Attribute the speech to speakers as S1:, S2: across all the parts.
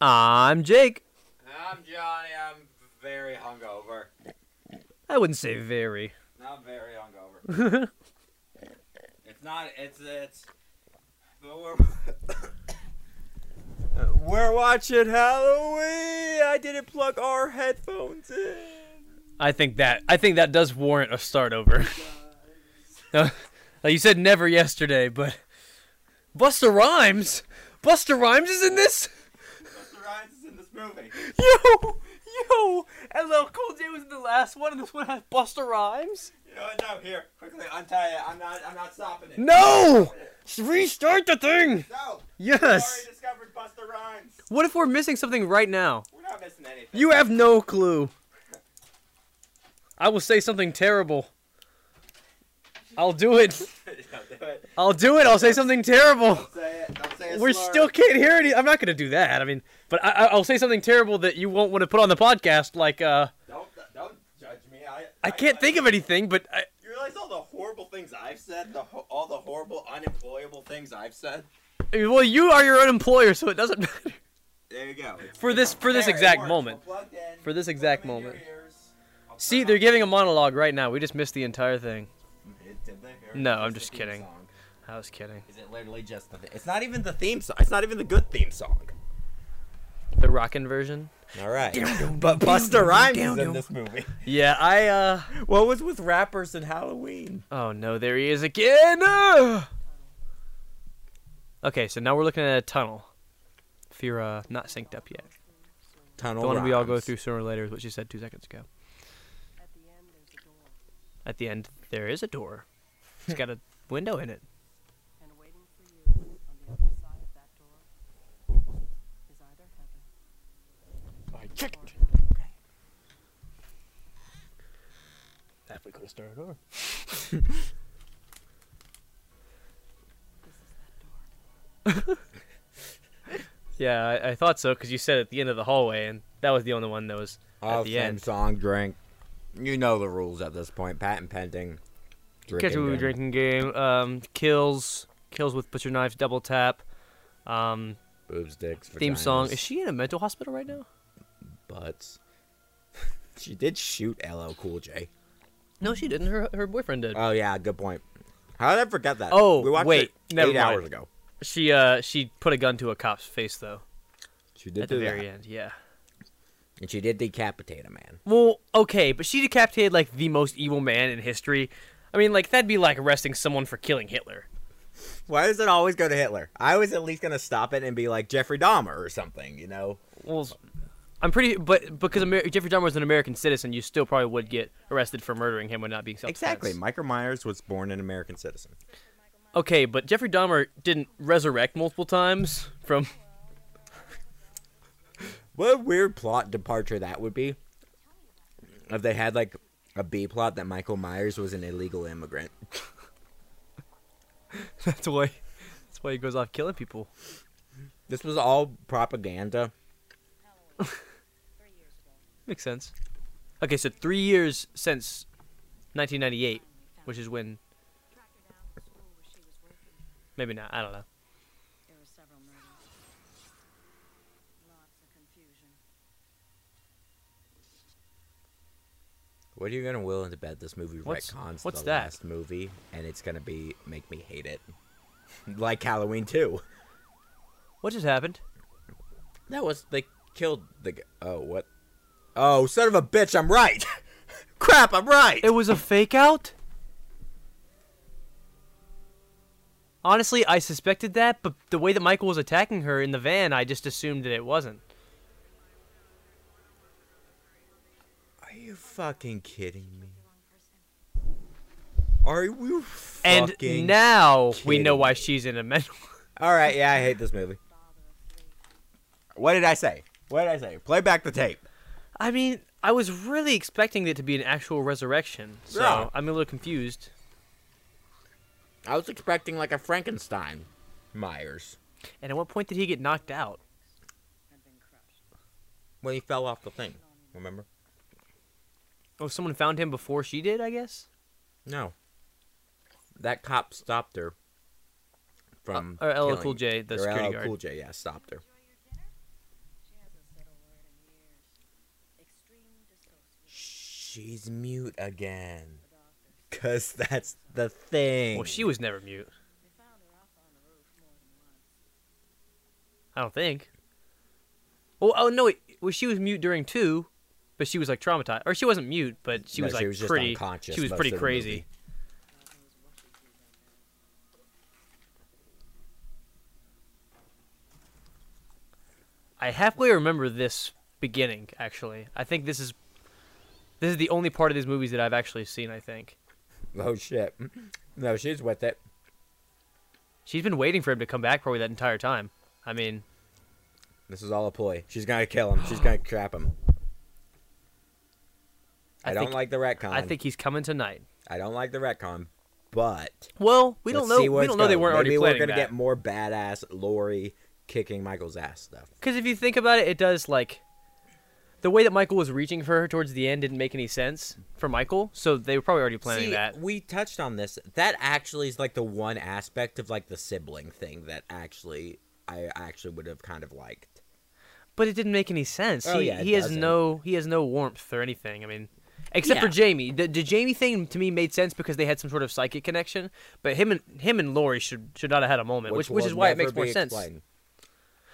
S1: I'm Jake.
S2: I'm Johnny. I'm very hungover.
S1: I wouldn't say very.
S2: Not very hungover. it's not. It's it's. But we're we're watching Halloween. I didn't plug our headphones in.
S1: I think that I think that does warrant a start over. Uh, like you said never yesterday, but Buster Rhymes. Buster Rhymes is in this.
S2: Mr. Ryan's is in this movie.
S1: Yo, yo, and Lil Cool J was in the last one, and this one has Buster Rhymes.
S2: You know what? No, here, quickly untie it. I'm not. I'm not stopping it.
S1: No, restart the thing.
S2: No.
S1: Yes.
S2: We already discovered Buster Rhymes.
S1: What if we're missing something right now?
S2: We're not missing anything.
S1: You have no clue. I will say something terrible. I'll do it.
S2: don't do it.
S1: I'll do it. I'll say something terrible.
S2: Don't say it. Don't say it.
S1: We still can't hear any. I'm not gonna do that. I mean, but I, I- I'll say something terrible that you won't want to put on the podcast. Like, uh,
S2: Don't don't judge me. I
S1: I can't think of anything. But I,
S2: You realize all the horrible things I've said, the ho- all the horrible unemployable things I've said.
S1: I mean, well, you are your own employer, so it doesn't matter
S2: There you go.
S1: for this for this
S2: There, it
S1: exact
S2: works.
S1: moment.
S2: We're plugged in.
S1: For this
S2: Put
S1: exact
S2: them in your
S1: moment.
S2: ears. I'll
S1: See,
S2: turn
S1: they're giving a monologue right now. We just missed the entire thing.
S2: off- It- did they hear it?
S1: No,
S2: It's
S1: I'm
S2: the
S1: just
S2: theme
S1: kidding.
S2: song.
S1: I was kidding.
S2: Is it literally just the? Th- it's not even the theme song. It's not even the good theme song.
S1: The rockin' version.
S2: All right. but Buster Rhymes is in this movie.
S1: Yeah, I uh.
S2: What was with rappers and Halloween?
S1: Oh no, there he is again. Ah! Okay, so now we're looking at a tunnel. If you're uh, not synced up yet,
S2: Tunnel.
S1: the one we all go through sooner or later is what she said two seconds ago.
S3: At the end, there's a door,
S1: At the end, there is a door. It's got a window in it.
S3: and waiting for you on the other side of that door is either heaven or hell.
S1: That we could have started over.
S3: This is that door.
S1: Yeah, I, I thought so because you said at the end of the hallway, and that was the only one that was at the end.
S2: song drink. You know the rules at this point. Patent pending.
S1: Catch a movie drinking game. Um, kills, kills with butcher knives, double tap. Um,
S2: Boobs, dicks,
S1: theme song. Is she in a mental hospital right now?
S2: butts. she did shoot LL Cool J.
S1: No, she didn't. Her her boyfriend did.
S2: Oh yeah, good point. How did I forget that?
S1: Oh,
S2: we watched
S1: wait,
S2: it
S1: never
S2: eight
S1: mind.
S2: hours ago.
S1: she uh she put a gun to a cop's face though
S2: She did
S1: at the
S2: do
S1: very
S2: that,
S1: end. Yeah.
S2: and she did decapitate a man.
S1: Well, okay, but she decapitated like the most evil man in history. I mean, like that'd be like arresting someone for killing Hitler.
S2: Why does it always go to Hitler? I was at least gonna stop it and be like Jeffrey Dahmer or something, you know?
S1: Well, s- I'm pretty, but because Amer- Jeffrey Dahmer was an American citizen, you still probably would get arrested for murdering him when not being self
S2: Exactly. Michael Myers was born an American citizen.
S1: Okay, but Jeffrey Dahmer didn't resurrect multiple times from.
S2: What a weird plot departure that would be. If they had like a B plot that Michael Myers was an illegal immigrant.
S1: that's why. That's why he goes off killing people.
S2: This was all propaganda.
S1: Makes sense. Okay, so three years since 1998, which is when. Maybe not. I don't know.
S3: There were several murders. Lots of confusion.
S2: What are you gonna will into bed? This movie
S1: What's-
S2: retcons
S1: what's
S2: the
S1: that?
S2: last movie, and it's gonna be make me hate it, like Halloween two.
S1: What just happened?
S2: That was they killed the. g- Oh what? Oh son of a bitch! I'm right. Crap! I'm right.
S1: It was a fake out? Honestly, I suspected that, but the way that Michael was attacking her in the van, I just assumed that it wasn't.
S2: Are you fucking kidding me? Are we
S1: And
S2: fucking?
S1: now we know
S2: kidding
S1: why
S2: me.
S1: she's in a mental.
S2: All right, yeah, I hate this movie. What did I say? What did I say? Play back the tape.
S1: I mean, I was really expecting it to be an actual resurrection, so
S2: Yeah.
S1: I'm a little confused.
S2: I was expecting like a Frankenstein, Myers,
S1: And at what point did he get knocked out?
S3: Had been crushed.
S2: when he fell off the thing. Remember?
S1: Oh, someone found him before she did, I guess?
S2: No. That cop stopped her from
S1: Uh, or LL Cool
S2: killing-
S1: J, the
S2: or
S1: security
S2: LL
S1: guard.
S2: Cool J, yeah, stopped her. she's mute again. Cause that's the thing.
S1: Well, she was never mute.
S3: They found her off on the roof more than once.
S1: I don't think. Oh, oh no! It, well, she was mute during two, but she was like traumatized, or she wasn't mute, but she
S2: No,
S1: was
S2: she
S1: like
S2: was just
S1: pretty.
S2: unconscious
S1: she was
S2: most
S1: pretty
S2: of the
S1: crazy.
S2: movie.
S3: God knows what she did that night.
S1: I halfway remember this beginning. Actually, I think this is this is the only part of these movies that I've actually seen. I think
S2: Oh shit. No, she's with it.
S1: she's been waiting for him to come back probably that entire time. I mean,
S2: This is all a ploy. She's gonna kill him. She's gonna trap him. I,
S1: I,
S2: don't
S1: think,
S2: like the retcon.
S1: I think he's coming tonight.
S2: I don't like the retcon, but
S1: Well, we
S2: let's
S1: don't know.
S2: see where
S1: We
S2: it's
S1: don't know they
S2: going.
S1: weren't
S2: Maybe
S1: already
S2: we're
S1: planning
S2: gonna
S1: that.
S2: get more badass Lori kicking Michael's ass stuff.
S1: Because if you think about it, it does like the way that Michael was reaching for her towards the end didn't make any sense for Michael, so they were probably already planning
S2: See,
S1: that.
S2: we touched on this. That actually is like the one aspect of like the sibling thing that actually I actually would have kind of liked.
S1: But it didn't make any sense.
S2: Oh,
S1: he
S2: yeah, it
S1: he has
S2: doesn't.
S1: no he has no warmth or anything. I mean, except for
S2: Yeah.
S1: Jamie. The, the Jamie thing to me made sense because they had some sort of psychic connection. But him and him and Lori should should not have had a moment, which which
S2: will
S1: is why it
S2: never
S1: makes more
S2: be
S1: sense.
S2: explained.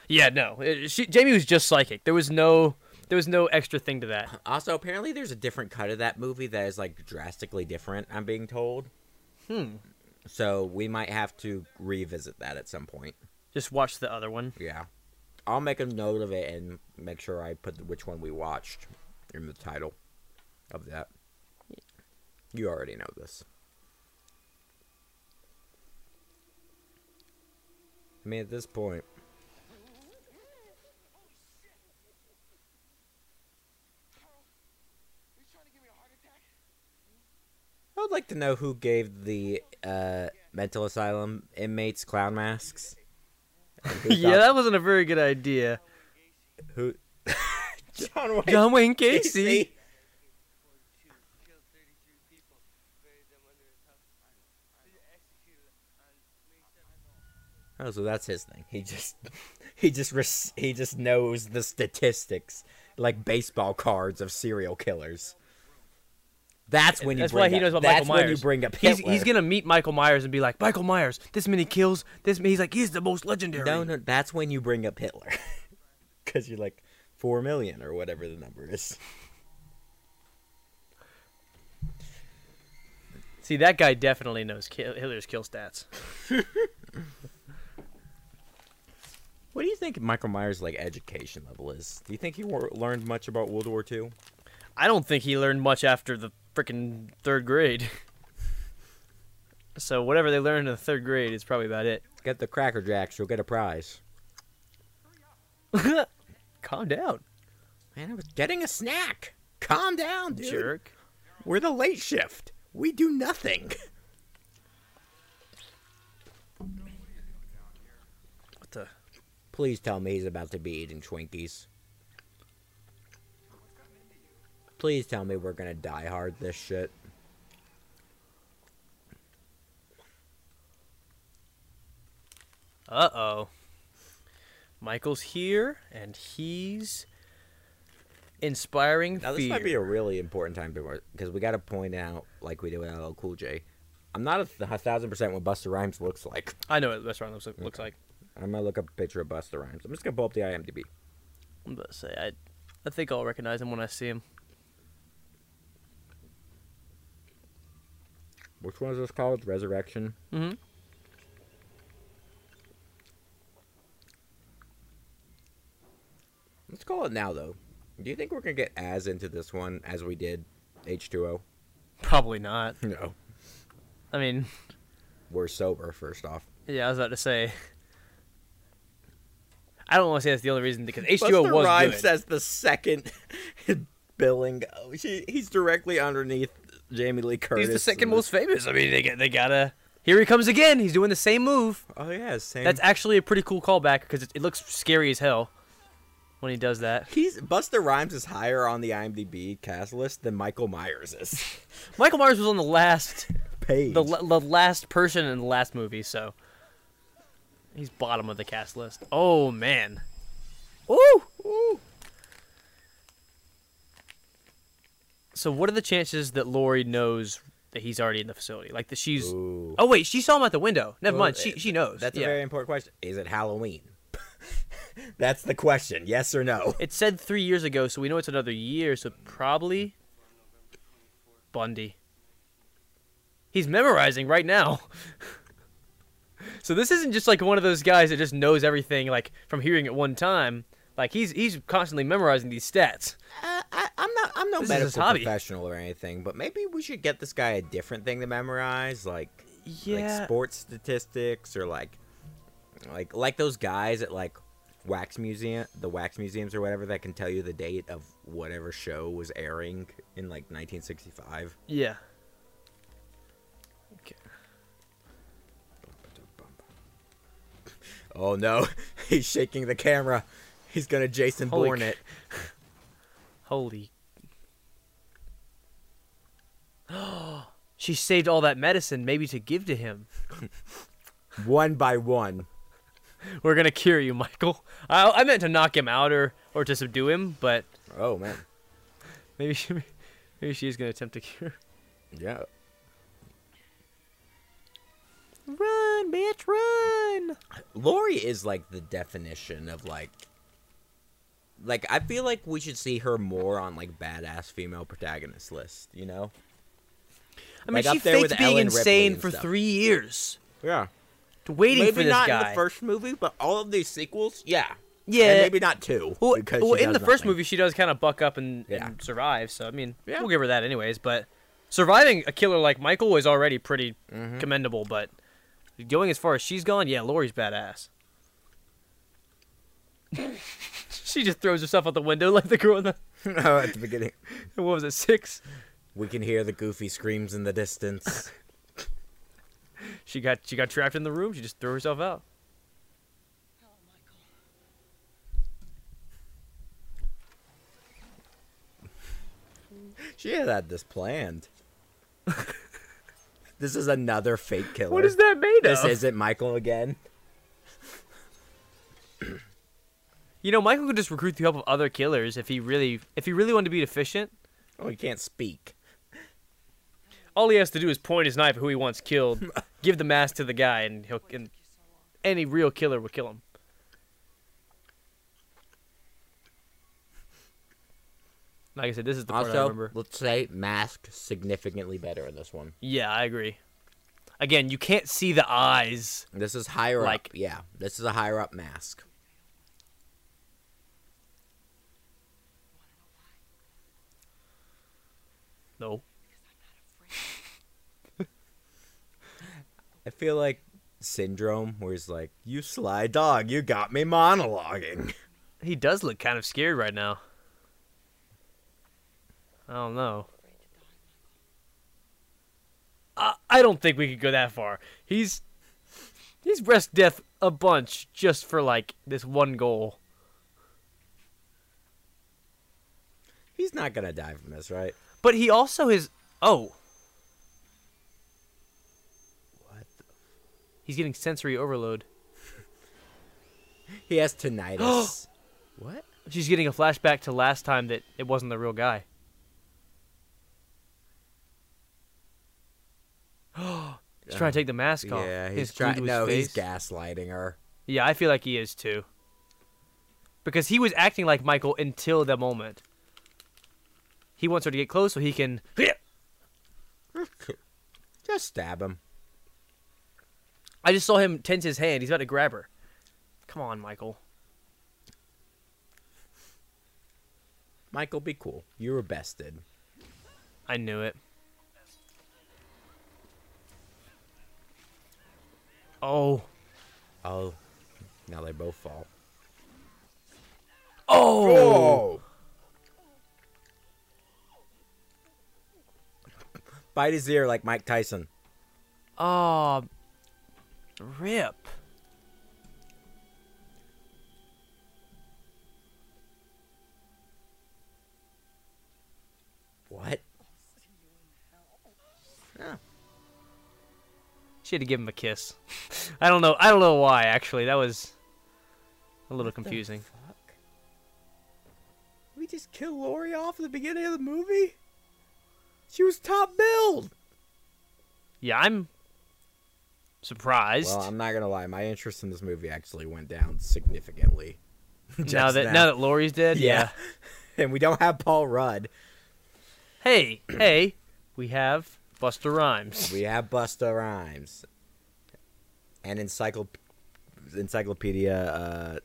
S1: Yeah, no, it- she, Jamie was just psychic. There was no there was no extra thing to that.
S2: Also, apparently, there's a different cut of that movie that is like drastically different. I'm being told.
S1: Hmm.
S2: So we might have to revisit that at some point.
S1: Just watch the other one.
S2: Yeah, I'll make a note of it and make sure I put which one we watched in the title of that. You already know this. I mean, at this point, I would like to know who gave the uh, mental asylum inmates clown masks. And who
S1: yeah,
S2: thought-
S1: that wasn't a very good idea.
S2: who? John Wayne
S1: John Wayne
S2: Gacy.
S1: Casey.
S2: Oh, so that's his thing. He just, he just, res- he just knows the statistics, like baseball cards of serial killers. That's when you.
S1: That's
S2: bring
S1: why he
S2: up-
S1: knows about
S2: that's
S1: Michael Myers.
S2: when you bring up
S1: he's,
S2: Hitler.
S1: he's gonna meet Michael Myers and be like, Michael Myers, this many kills, this ma-" he's like, he's the most legendary.
S2: No, no, that's when you bring up Hitler, because you're like four million or whatever the number is.
S1: See, that guy definitely knows kill, Hitler's kill stats.
S2: What do you think Michael Myers' like education level is? Do you think he wor- learned much about World War II?
S1: I don't think he learned much after the freaking third grade. so whatever they learned in the third grade is probably about it.
S2: Get the Cracker Jacks, you'll get a prize.
S1: Calm down,
S2: Man, I was getting a snack. Calm down, dude.
S1: jerk.
S2: We're the late shift. We do nothing.
S1: What the?
S2: Please tell me he's about to be eating Twinkies. Please tell me we're gonna die hard this shit.
S1: Uh oh. Michael's here, and he's inspiring
S2: Now this
S1: fear.
S2: might be a really important time because we got to point out, like we did with LL Cool J. I'm not a, th- a thousand percent what Buster Rhymes looks like.
S1: I know what restaurant looks, looks like.
S2: I'm gonna look up a picture of Buster Rhymes. I'm just gonna pull up the IMDb.
S1: I'm about to say I, I think I'll recognize him when I see him.
S2: Which one is this called? Resurrection.
S1: Mm-hmm.
S2: Let's call it now though. Do you think we're gonna get as into this one as we did H2O?
S1: Probably not.
S2: No.
S1: I mean,
S2: We're sober first off.
S1: yeah, I was about to say. I don't want to say that's the only reason because H2O
S2: Busta
S1: was
S2: Rhymes
S1: good.
S2: as the second billing. Oh, she, he's directly underneath Jamie Lee Curtis.
S1: He's the second
S2: and-
S1: most famous. I mean, they got, they gotta. Here he comes again. He's doing the same move.
S2: Oh yeah, same.
S1: That's actually a pretty cool callback because it, it looks scary as hell when he does that.
S2: He's Buster Rhymes is higher on the IMDb cast list than Michael Myers is.
S1: Michael Myers was on the last,
S2: Page.
S1: the, la- the last person in the last movie, so he's bottom of the cast list. Oh man. Ooh.
S2: Ooh.
S1: so what are the chances that Lori knows that he's already in the facility? Like that she's.
S2: Ooh.
S1: Oh wait, she saw him at the window. Never
S2: Well, eh,
S1: mind. She she knows.
S2: That's
S1: Oh, yeah.
S2: a very important question. Is it Halloween? That's the question. Yes or no?
S1: It said three years ago, so we know it's another year. So probably Bundy. He's memorizing right now. so this isn't just like one of those guys that just knows everything like from hearing it one time. Like he's he's constantly memorizing these stats.
S2: Uh, I, I'm not. I'm no
S1: This is
S2: medical
S1: his hobby.
S2: professional or anything, but maybe we should get this guy a different thing to memorize, like like sports statistics or like like like those guys at like wax museum, the wax museums or whatever that can tell you the date of whatever show was airing in like 1965.
S1: yeah.
S2: Oh no, he's shaking the camera. He's gonna Jason
S1: Holy
S2: Bourne
S1: c-
S2: it.
S1: Holy. she saved all that medicine maybe to give to him.
S2: one by one.
S1: We're gonna cure you, Michael. I, I meant to knock him out or, or to subdue him, but
S2: Oh man,
S1: maybe she maybe she's gonna attempt to cure.
S2: yeah.
S1: Run, bitch, run!
S2: Lori is like the definition of like like I feel like we should see her more on like badass female protagonist list, you know?
S1: I mean,
S2: Like, up
S1: she
S2: there with
S1: faked being
S2: Ellen Ripley
S1: insane
S2: and
S1: for
S2: stuff.
S1: three years,
S2: Yeah.
S1: to waiting for
S2: Maybe
S1: this
S2: not in
S1: guy.
S2: the first movie, but all of these sequels, yeah.
S1: yeah,
S2: And maybe not two.
S1: Well,
S2: because
S1: well,
S2: she
S1: in the
S2: does
S1: first
S2: nothing.
S1: movie, she does kind of buck up and,
S2: Yeah.
S1: and survive. So I mean,
S2: Yeah.
S1: we'll give her that anyways. But surviving a killer like Michael was already pretty
S2: Mm-hmm.
S1: commendable. But going as far as she's gone, yeah, Lori's badass. she just throws herself out the window like the girl in the
S2: oh, at the beginning.
S1: what was it six?
S2: We can hear the goofy screams in the distance.
S1: She got she got trapped in the room. She just threw herself out.
S3: Hello, Michael.
S2: she had had this planned. this is another fake killer.
S1: What is that made
S2: This
S1: of?
S2: isn't Michael again.
S1: you know, Michael could just recruit the help of other killers if he really if he really wanted to be efficient.
S2: Oh, he can't speak.
S1: all he has to do is point his knife at who he wants killed, give the mask to the guy, and he'll and
S3: Took you so long.
S1: any real killer will kill him. Like I said, this is the part I
S2: Also,
S1: remember.
S2: let's say mask significantly better in this one.
S1: Yeah, I agree. Again, you can't see the eyes.
S2: This is higher
S1: Like-
S2: up. Yeah, this is a higher up mask.
S1: No.
S2: I feel like syndrome, where he's like, "You sly dog, you got me monologuing."
S1: He does look kind of scared right now. I don't know. I, I don't think we could go that far. He's he's risked death a bunch just for like this one goal.
S2: He's not gonna die from this, right?
S1: But he also is oh,
S2: What?
S1: he's getting sensory overload.
S2: He has tinnitus. what?
S1: She's getting a flashback to last time that it wasn't the real guy. he's trying to take the mask off.
S2: Yeah,
S1: It's
S2: he's
S1: glued to
S2: trying.
S1: his
S2: No, he's
S1: face.
S2: gaslighting her.
S1: Yeah, I feel like he is too. Because he was acting like Michael until the moment. He wants her to get close so he can.
S2: Just stab him.
S1: I just saw him tense his hand. He's about to grab her. Come on, Michael.
S2: Michael, be cool. You were bested.
S1: I knew it. Oh.
S2: Oh, now they both fall.
S1: Oh!
S2: Bite his ear like Mike Tyson.
S1: Oh. rip.
S2: What?
S1: She had to give him a kiss. I don't know. I don't know why, actually. That was a little confusing.
S2: Fuck. We just kill Lori off at the beginning of the movie? She was top billed.
S1: Yeah, I'm surprised.
S2: Well, I'm not gonna lie. My interest in this movie actually went down significantly.
S1: now
S2: Just
S1: that now that Laurie's dead, yeah.
S2: and we don't have Paul Rudd.
S1: Hey, hey, we have Buster Rhymes.
S2: We have Busta Rhymes. And encycl- encyclopedia uh,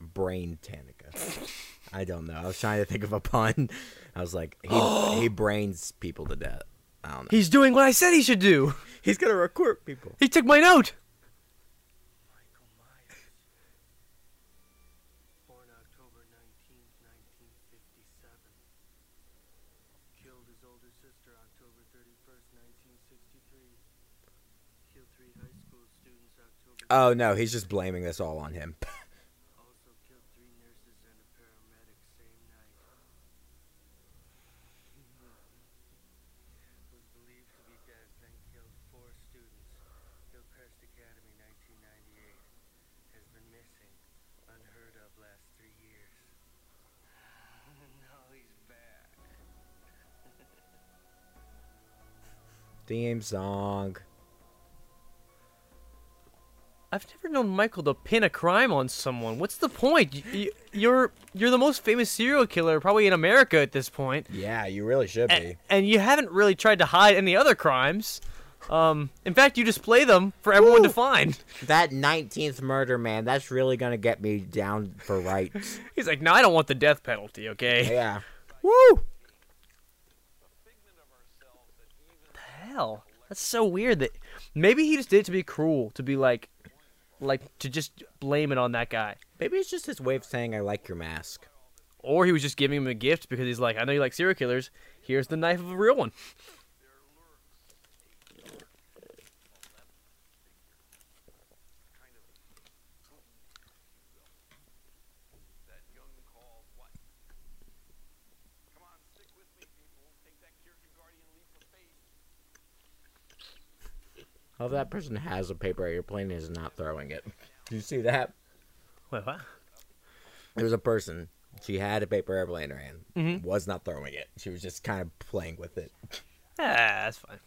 S2: Brain Tanica. I don't know. I was trying to think of a pun. I was like, he, he brains people to death. I don't know.
S1: He's doing what I said he should do.
S2: He's gonna recruit people.
S1: He took my note.
S4: Michael Myers, born October 19, 1957, killed his older sister October 31st, 1963, killed three high school students October.
S2: Oh no, he's just blaming this all on him.
S4: Also killed three nurses and a paramedic same night. Was believed to be dead, then killed four students. Hillcrest Academy, 1998. Has been missing. Unheard of last three years. now he's back.
S2: Theme song.
S1: I've never known Michael to pin a crime on someone. What's the point? Y- y- You're you're the most famous serial killer probably in America at this point,
S2: Yeah, you really should
S1: A-
S2: be.
S1: and you haven't really tried to hide any other crimes. Um, in fact, you display them for everyone to find.
S2: That 19th murder, man, that's really gonna get me down for rights.
S1: He's like, no, I don't want the death penalty. Okay.
S2: yeah. Woo!
S1: Hell, that's so weird. That maybe he just did it to be cruel, to be like, like to just blame it on that guy.
S2: Maybe it's just his way of saying I like your mask.
S1: or he was just giving him a gift because he's like, I know you like serial killers. Here's the knife of a real one.
S2: Oh, that person has a paper airplane and is not throwing it. Do you see that?
S1: Wait, what?
S2: There's a person. She had a paper airplane in her hand. Was not throwing it. She was just kind of playing with it.
S1: Ah, that's fine.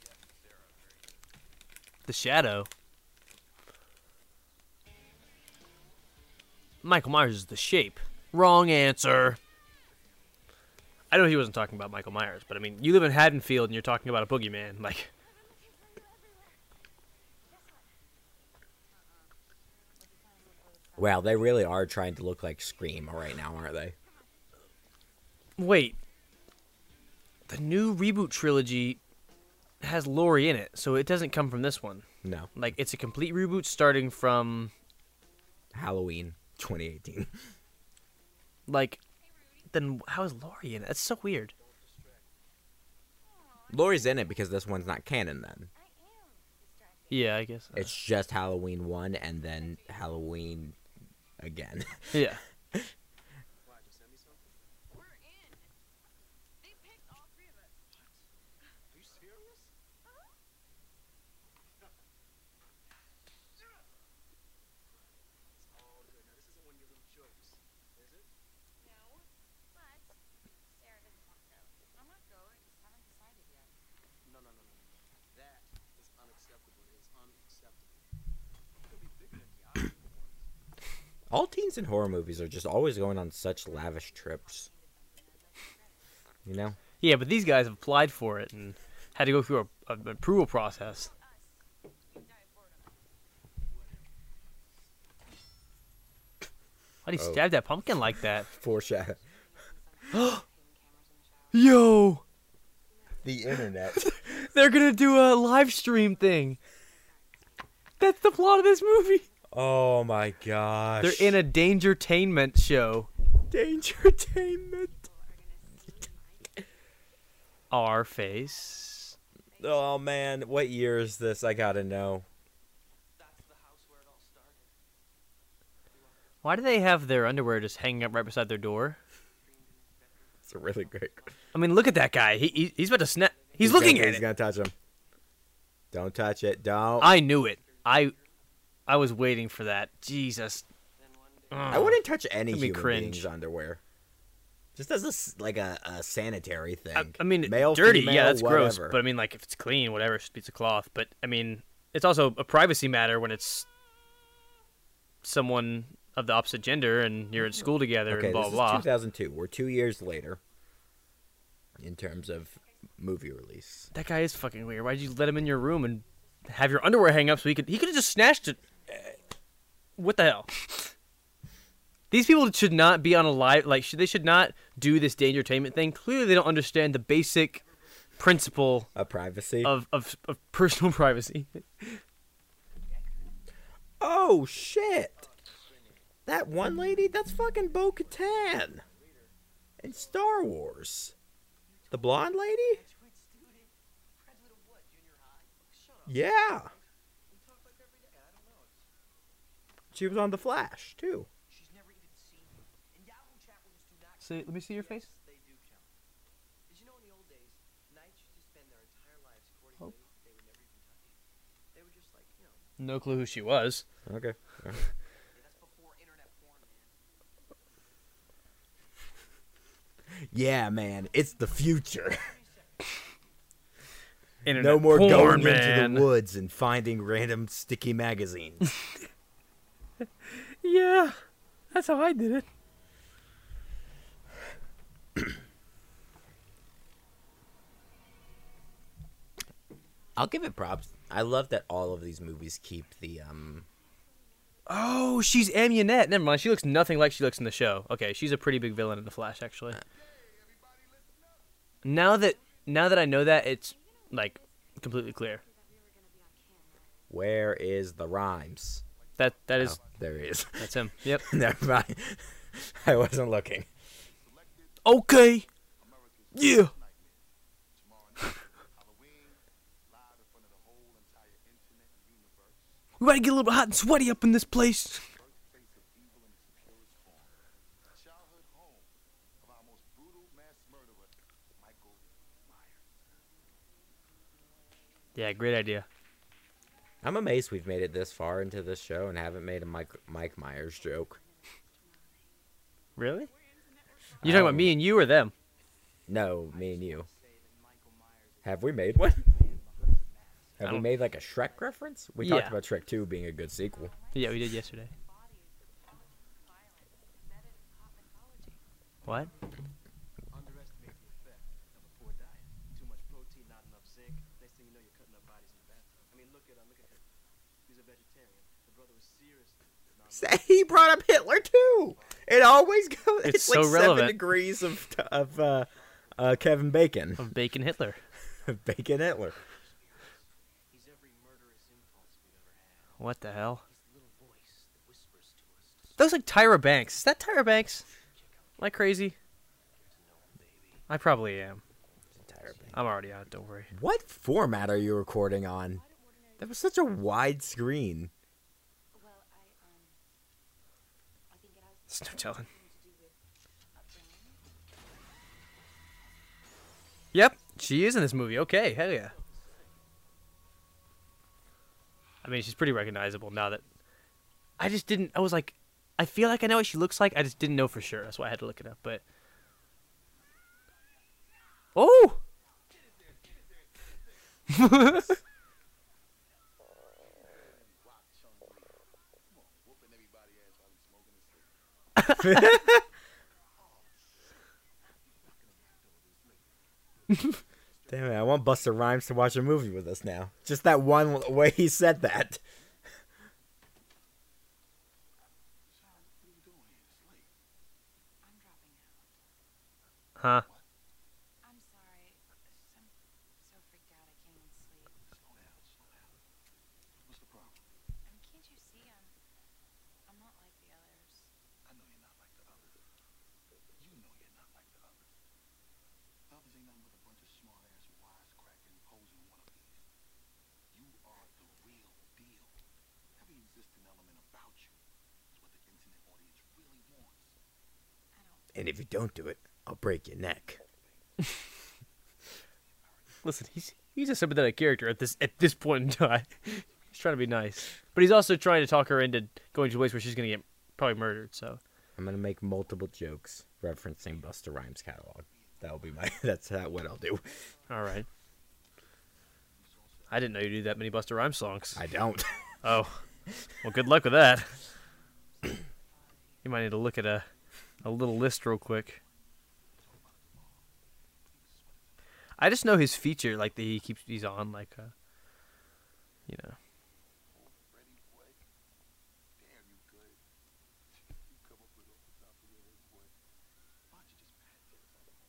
S1: The shadow. Michael Myers is the shape. Wrong answer. I know he wasn't talking about Michael Myers, but I mean, you live in Haddonfield and you're talking about a boogeyman. Like,
S2: Wow, they really are trying to look like Scream right now, aren't they?
S1: wait. The new reboot trilogy has Laurie in it, so it doesn't come from this one.
S2: No.
S1: Like it's a complete reboot starting from
S2: Halloween 2018.
S1: like then how is Laurie in it? That's so weird.
S2: Lori's in it because this one's not canon then.
S1: Yeah, I guess. uh,
S2: It's just Halloween 1 and then Halloween again.
S1: yeah.
S5: We're in. They picked all three of us.
S4: Are you serious?
S5: Uh-huh.
S4: It's all good. Now, this isn't one of your little jokes, is it?
S5: No, but Sarah doesn't want to go. I'm not going. I haven't decided yet.
S4: No, no, no, no. That is unacceptable. It is unacceptable. You could be bigger than the odds.
S2: All teens in horror movies are just always going on such lavish trips. You know?
S1: Yeah, but these guys have applied for it and had to go through a, a, an approval process. Why would he
S2: Oh.
S1: stab that pumpkin like that?
S2: Foreshadow.
S1: Yo,
S2: The internet.
S1: they're gonna do a live stream thing. That's the plot of this movie.
S2: oh my gosh.
S1: They're in a dangertainment show.
S2: dangertainment.
S1: Our face.
S2: Oh man, what year is this? I gotta know.
S4: That's the house where it all started.
S1: Why do they have their underwear just hanging up right beside their door?
S2: It's a really great.
S1: I mean, look at that guy. He, he he's about to snap. He's, looking
S2: gonna,
S1: at
S2: He's
S1: it.
S2: gonna touch him. Don't touch it. Don't. I,
S1: I knew it. I I was waiting for that. Jesus.
S4: Then one day,
S1: Ugh.
S2: wouldn't touch any
S1: That'd be
S2: human
S1: cringe.
S2: being's underwear. Just as a s- like a, a sanitary thing.
S1: I, I mean,
S2: Male,
S1: dirty.
S2: female,
S1: yeah, that's gross.
S2: whatever.
S1: But I mean, like if it's clean, whatever, it's a piece of cloth. But I mean, it's also a privacy matter when it's someone of the opposite gender and you're at school together
S2: okay,
S1: and blah
S2: this
S1: blah.
S2: is 2002. We're two years later. In terms of movie release,
S1: That guy is fucking weird. Why'd you let him in your room and have your underwear hang up so he could he could have just snatched it? Eh, What the hell? These people should not be on a live like should, they should not do this dangertainment thing. Clearly, they don't understand the basic principle
S2: a privacy.
S1: of of, of personal privacy.
S2: oh shit! That one lady, that's fucking Bo Katan in Star Wars. The blonde lady? Yeah. She was on The Flash too.
S1: Say, let me see your face.
S4: They do count. Did you know in the old days, knights used to spend their entire lives courting
S1: Oh.
S4: ladies they would never even touch? They were just like, you know,
S1: No clue who she was.
S2: Okay.
S4: that's before internet porn, man.
S2: Yeah, man, it's the future.
S1: Internet
S2: no more
S1: porn,
S2: going
S1: man.
S2: into the woods and finding random sticky magazines.
S1: Yeah, that's how I did it.
S2: I'll give it props. I love that all of these movies keep the um
S1: Oh, she's Amunet. Never mind. She looks nothing like she looks in the show. Okay, she's a pretty big villain in the Flash, actually. Now that now that I know that, it's like completely clear.
S2: where is the rhymes?
S1: That that is
S2: Oh, there he is.
S1: that's him. Yep.
S2: Never mind. I wasn't looking.
S1: Okay. Yeah. We might get a little bit hot and sweaty up in this place.
S6: childhood home of our most brutal mass murderer, Michael Myers.
S1: Yeah, great idea.
S2: I'm amazed we've made it this far into this show and haven't made a Mike Mike Myers joke.
S1: Really? Oh. You talking about me and you or them?
S2: No, me and you. Have we made one? Have we
S1: don't-
S2: made like a Shrek reference? We
S1: Yeah.
S2: talked about Shrek 2 being a good sequel.
S5: Uh,
S1: Yeah, we did yesterday. What?
S4: Underestimate the effect of a poor diet. Too much protein, not enough zinc. Next thing you know, you're cutting up bodies in the bathtub. I mean, look at, uh, look at him. He's a vegetarian. The brother was seriously
S2: Say he brought up Hitler too. It always goes.
S1: It's
S2: It's,
S1: so
S2: like
S1: relevant.
S2: seven degrees of of uh, uh, Kevin Bacon,
S1: Of Bacon Hitler.
S2: Bacon Hitler.
S4: He's every murderous impulse we've ever had.
S1: What the hell?
S4: He's the little voice that whispers to us.
S1: That was like Tyra Banks. Is that Tyra Banks? Am I crazy? I probably am. I'm already on it, don't worry.
S2: What format are you recording on? That was such a wide screen.
S5: Well, I um, I think it has
S1: There's no telling.
S5: something to do with upbringing.
S1: Yep, she is in this movie. Okay, hell yeah. I mean, she's pretty recognizable now that. I just didn't. I was like, I feel like I know what she looks like. I just didn't know for sure. That's why I had to look it up. But. Oh!
S6: Whooping everybody ass while he's smoking his cigarette.
S2: Damn it! I want Buster Rhymes to watch a movie with us now. Just that one way he said that.
S6: What are you doing here? It's late.
S5: I'm dropping out.
S1: Huh?
S5: I'm sorry. I'm so freaked out. I can't even sleep.
S6: Slow down, slow down. What's the problem?
S5: I mean, can't you see? I'm, I'm not like the others.
S6: I know you're not like the others. You know you're not like the others. The others ain't nothing but a bunch of smart ass wisecracking posing wannabes. You are the real deal. Every existing element about you is what the internet audience really wants.
S5: I don't.
S2: And if you don't do it, I'll break your neck.
S1: Listen, he's he's a sympathetic character at this at this point in time. he's trying to be nice, but he's also trying to talk her into going to a place where she's gonna get probably murdered. So
S2: I'm gonna make multiple jokes referencing Buster Rhymes catalog. That'll be my. That's how, what I'll do.
S1: All right. I didn't know you knew that many Buster Rhymes songs.
S2: I don't.
S1: Oh, well, good luck with that. you might need to look at a, a little list real quick. I just know his feature, like the he keeps he's on, like, uh, you know.
S6: Freddie boy. Damn, you good. you come up with off the top of your head, boy. Why don't you just pat it down on the back?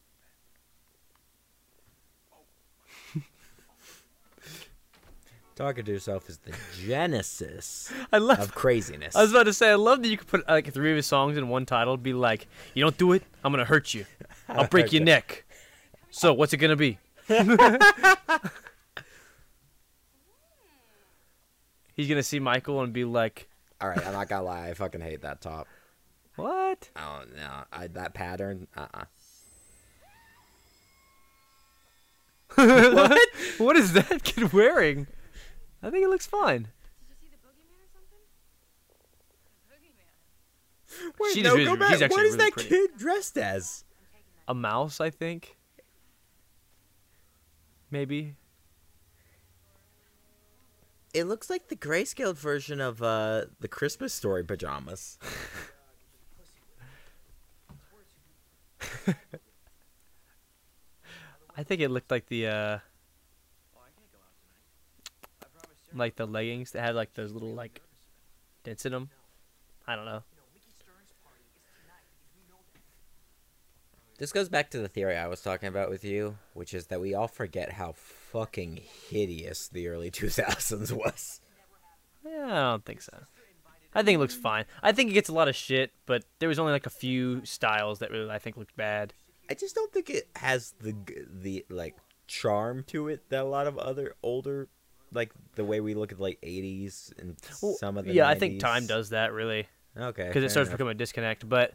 S2: Talking to yourself is the genesis
S1: I love.
S2: of craziness.
S1: I was about to say, I love that you could put like three of his songs in one title. Be like, you don't do it, I'm gonna hurt you. I'll break your
S2: Okay.
S1: neck. So what's it gonna be? He's gonna see Michael and be like,
S2: All right, I'm not gonna lie. I fucking hate that top.
S1: what?
S2: Oh no, I, that pattern. Uh. uh
S1: what? What is that kid wearing? I think it looks fine.
S5: Did you see the boogeyman or something? The boogeyman.
S1: She just really- he's actually
S2: What is
S1: really
S2: that
S1: pretty.
S2: kid dressed as?
S5: I'm taking that.
S1: A mouse, I think. Maybe.
S2: It looks like the grayscale version of uh the Christmas story pajamas.
S1: I think it looked like the uh like the leggings that had like those little like dents in them. I don't know.
S2: This goes back to the theory I was talking about with you, which is that we all forget how fucking hideous the early 2000s was.
S1: Yeah, I don't think so. I think it looks fine. I think it gets a lot of shit, but there was only like a few styles that really I think looked bad.
S2: I just don't think it has the g- the like charm to it that a lot of other older like the way we look at like 80s and
S1: Well,
S2: some of the
S1: yeah, I think
S2: 90s.
S1: time does that really
S2: Okay.
S1: because
S2: fair
S1: it starts to
S2: enough.
S1: become a disconnect. But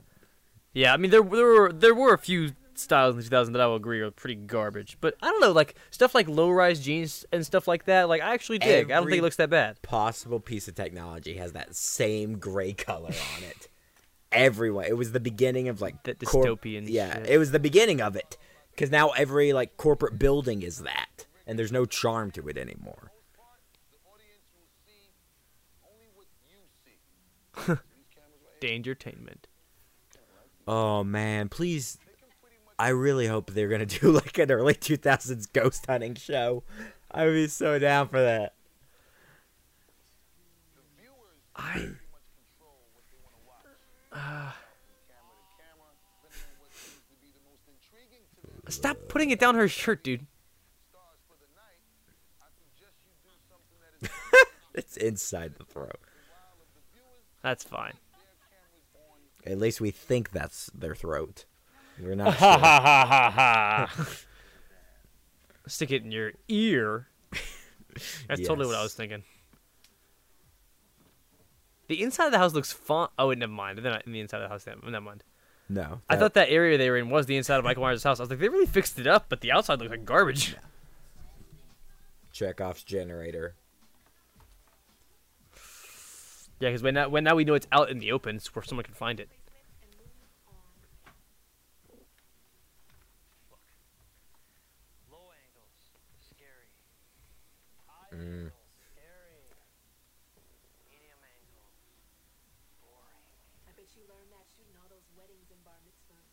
S1: yeah, I mean there there were there were a few styles in 2000 that I will agree are pretty garbage. But I don't know, like stuff like low rise jeans and stuff like that. Like I actually dig. I don't think
S2: Every-
S1: it looks that bad.
S2: possible piece of technology has that same gray color on it. Everyone, it was the beginning of like
S1: That
S2: corp-
S1: dystopian
S2: yeah,
S1: shit.
S2: it was the beginning of it because now every like corporate building is that, and there's no charm to it anymore.
S6: The audience will see only what you see. These cameras right here,
S1: Dangertainment.
S2: Oh man, please!
S6: they can pretty much
S2: I really hope they're gonna do like an early 2000s ghost hunting show. I would be so down for that.
S6: the viewers
S1: I
S6: pretty much control what they want to watch.
S1: uh,
S6: From camera to camera, depending on what seems to be the most intriguing to them.
S1: stop putting it down her shirt, dude.
S6: Stars for the night. I suggest you do something that is
S2: It's inside the throat.
S6: while of the viewers,
S1: That's fine.
S6: their cameras on
S2: At least we think that's their throat.
S1: Ha
S2: We're not.
S1: ha
S2: sure.
S1: ha ha ha. Stick it in your ear. That's totally what I
S2: Yes.
S1: was thinking. The inside of the house looks fun. Oh, wait, never mind. They're not in the inside of the house. Never never mind.
S2: No,
S1: I thought that area they were in was the inside of Michael Myers' house. I was like, they really fixed it up, but the outside looks like garbage.
S2: Chekhov's generator.
S1: Yeah, because when now, when now we know it's out in the open, it's where someone can find it.
S7: Low angles, scary. High
S2: Mm.
S7: angles, scary. Medium angle, boring.
S3: I bet you learned that shooting all those weddings and bar mitzvahs.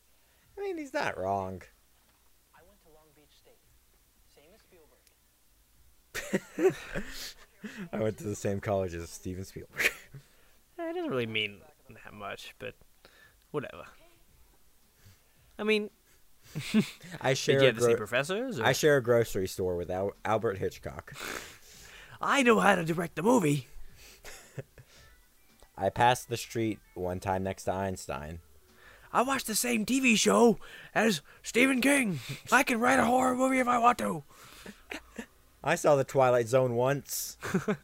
S2: I mean, he's not wrong.
S7: I went to Long Beach State, same as Spielberg.
S2: I went to the same college as Steven Spielberg.
S1: Eh, It doesn't really mean that much, but whatever. I mean,
S2: I
S1: did
S2: share
S1: you
S2: a
S1: have the same
S2: gro-
S1: professors? Or?
S2: I share a grocery store with Al- Albert Hitchcock.
S1: I know how to direct the movie.
S2: I passed the street one time next to Einstein.
S1: I watch the same TV show as Stephen King. I can write a horror movie if I want to.
S2: I saw the Twilight Zone once. oh,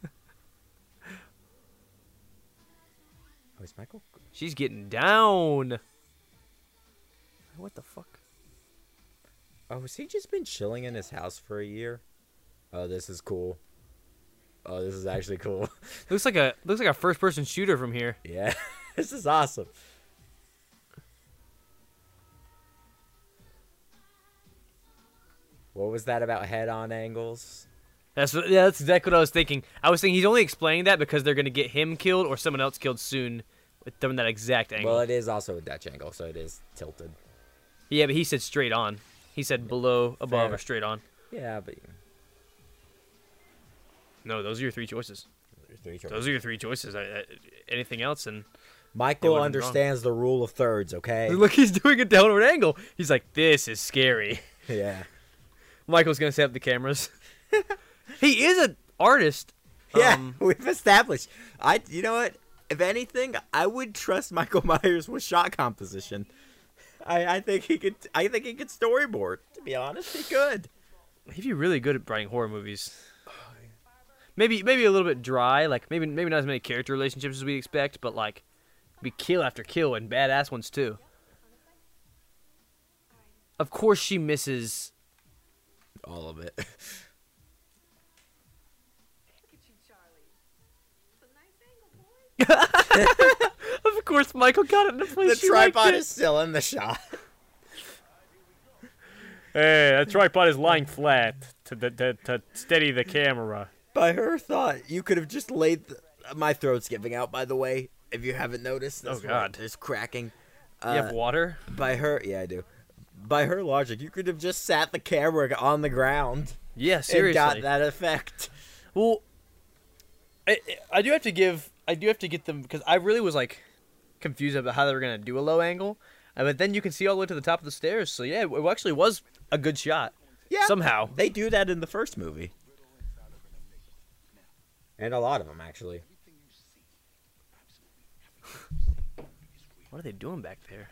S2: Oh, is Michael?
S1: She's getting down. What the fuck?
S2: Oh, has he just been chilling in his house for a year? Oh, this is cool. Oh, this is actually cool.
S1: Looks like a looks like a first person shooter from here.
S2: yeah, this is awesome. What was that about head-on angles?
S1: That's what- yeah, that's exactly what I was thinking. I was thinking he's only explaining that because they're gonna get him killed or someone else killed soon from that exact angle.
S2: Well, it is also a Dutch angle, so it is tilted.
S1: yeah, but he said straight on. He said below, above, or
S2: enough.
S1: straight on.
S2: Yeah, but
S1: No, those are your three choices.
S2: there's three
S1: Those
S2: choices.
S1: are your three choices. I, I, anything else? And
S2: Michael
S1: would've been wrong.
S2: understands the rule of thirds, okay?
S1: look, he's doing a downward angle. He's like, this is scary.
S2: yeah.
S1: Michael's gonna set up the cameras. he is an artist.
S2: Yeah,
S1: Um,
S2: we've established. I, you know what? If anything, I would trust Michael Myers with shot composition. I, I think he could. I think he could storyboard. To be honest, he could.
S1: He'd be really good at writing horror movies. Maybe maybe a little bit dry, like maybe maybe not as many character relationships as we expect, but like be kill after kill and badass ones too. Of course she misses
S2: All of it.
S3: Look at you, Charlie. It's a nice angle, boy.
S1: Of course Michael got it in a
S2: the
S1: place she liked
S2: tripod
S1: it.
S2: is still in the shot.
S1: Hey, that tripod is lying flat to to, to steady the camera.
S2: By her thought, you could have just laid. The, my throat's giving out. By the way, if you haven't noticed,
S1: Oh,
S2: that's why
S1: God.
S2: there's cracking. Uh,
S1: you have water?
S2: By her, yeah, I do. By her logic, you could have just sat the camera on the ground
S1: Yeah, seriously.
S2: and got that effect.
S1: Well, I, I do have to give I do have to get them because I really was like confused about how they were gonna do a low angle, Uh, but then you can see all the way to the top of the stairs. So yeah, it actually was a good shot.
S2: Yeah.
S1: Somehow.
S2: They do that in the first movie. And a lot of them, actually.
S1: What are they doing back there?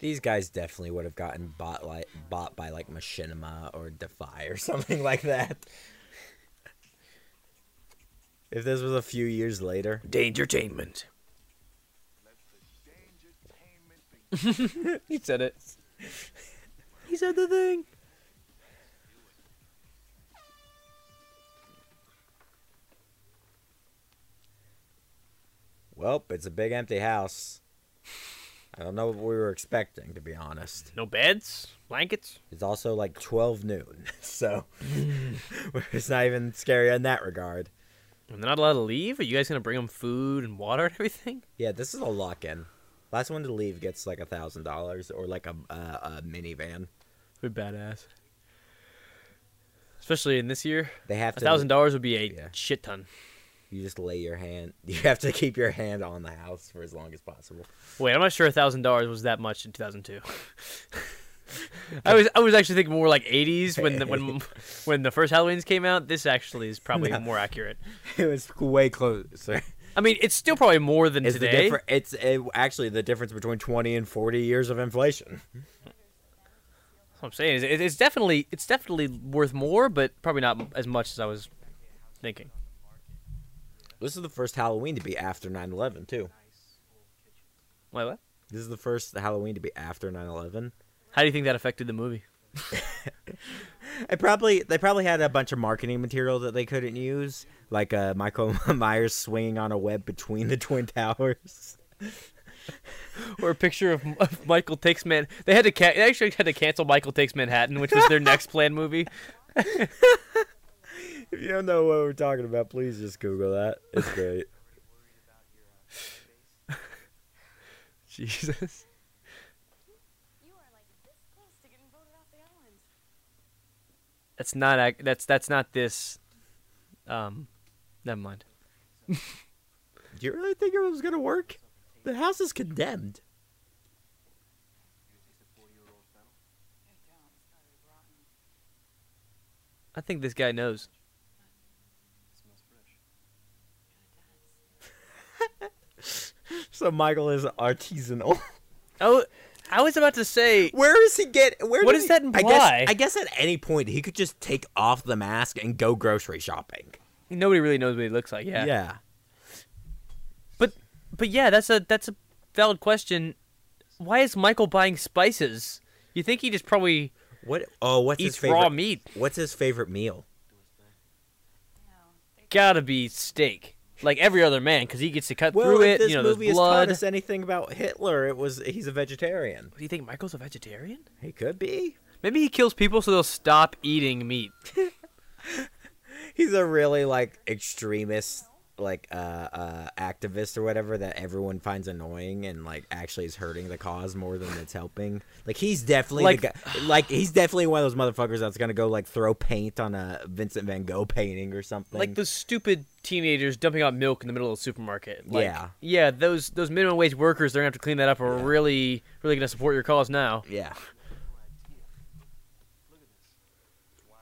S2: These guys definitely would have gotten bought like bought by like Machinima or Defy or something like that. If this was a few years later,
S1: Dangertainment. he said it. He said the thing.
S2: well, it's a big empty house. I don't know what we were expecting, to be honest.
S1: No beds, blankets.
S2: It's also like 12 noon, so it's not even scary in that regard.
S1: And they're not allowed to leave. Are you guys gonna bring them food and water and everything?
S2: Yeah, this is a lock in. Last one to leave gets like a thousand dollars or like a uh, a minivan.
S1: We're badass. Especially in this year,
S2: They have
S1: a
S2: to
S1: thousand dollars would be a
S2: Yeah.
S1: shit ton.
S2: You just lay your hand. You have to keep your hand on the house for as long as possible.
S1: Wait, I'm not sure a thousand dollars was that much in 2002. I was I was actually thinking more like 80s when the, when when the first Halloween's came out. This actually is probably more accurate.
S2: It was way closer.
S1: I mean, it's still probably more than
S2: It's the
S1: today.
S2: different. It's uh actually the difference between twenty and forty years of inflation.
S1: That's what I'm saying is it, it's definitely it's definitely worth more, but probably not as much as I was thinking.
S2: This is the first Halloween to be after 9-11, too.
S1: Wait, what?
S2: This is the first Halloween to be after 9-11.
S1: How do you think that affected the movie?
S2: It probably they probably had a bunch of marketing material that they couldn't use, like uh, Michael Myers swinging on a web between the twin towers.
S1: Or a picture of, of Michael Takes Man. They had to ca- they actually had to cancel Michael Takes Manhattan, which was their next planned movie.
S2: If you don't know what we're talking about, please just Google that. It's great.
S4: uh,
S1: Jesus.
S5: You are like this close to getting voted off the islands.
S1: That's not ac- that's that's not this. Um, never mind.
S2: Do you really think it was gonna work? The house is condemned.
S3: Hey, Tom, it's gotta be rotten.
S1: I think this guy knows.
S2: So Michael is artisanal.
S1: Oh, I was about to say.
S2: Where is he get? Where
S1: What does
S2: does he-
S1: that imply?
S2: I guess, I guess at any point he could just take off the mask and go grocery shopping.
S1: Nobody really knows what he looks like. Yeah.
S2: Yeah.
S1: But but yeah, that's a that's a valid question. Why is Michael buying spices? You think he just probably
S2: What? Oh, what's his
S1: Eats
S2: favorite?
S1: raw meat.
S2: What's his favorite meal?
S5: No, they
S1: Gotta be steak. Like every other man, because he gets to cut
S2: Well,
S1: through
S2: if
S1: it.
S2: this
S1: You know,
S2: movie
S1: there's
S2: has taught
S1: blood.
S2: us anything about Hitler, it was he's a vegetarian.
S1: Do you think Michael's a vegetarian?
S2: He could be.
S1: Maybe he kills people so they'll stop eating meat.
S2: He's a really like extremist, like uh, uh activist or whatever that everyone finds annoying and like actually is hurting the cause more than it's helping. Like he's definitely
S1: Like-
S2: like like he's definitely one of those motherfuckers that's gonna go like throw paint on a Vincent Van Gogh painting or something.
S1: Like those stupid teenagers dumping out milk in the middle of the supermarket. Like,
S2: Yeah.
S1: Yeah, those those minimum wage workers, they're gonna have to clean that up or we're really really gonna support your cause now.
S2: yeah.
S4: Look at this. Wow.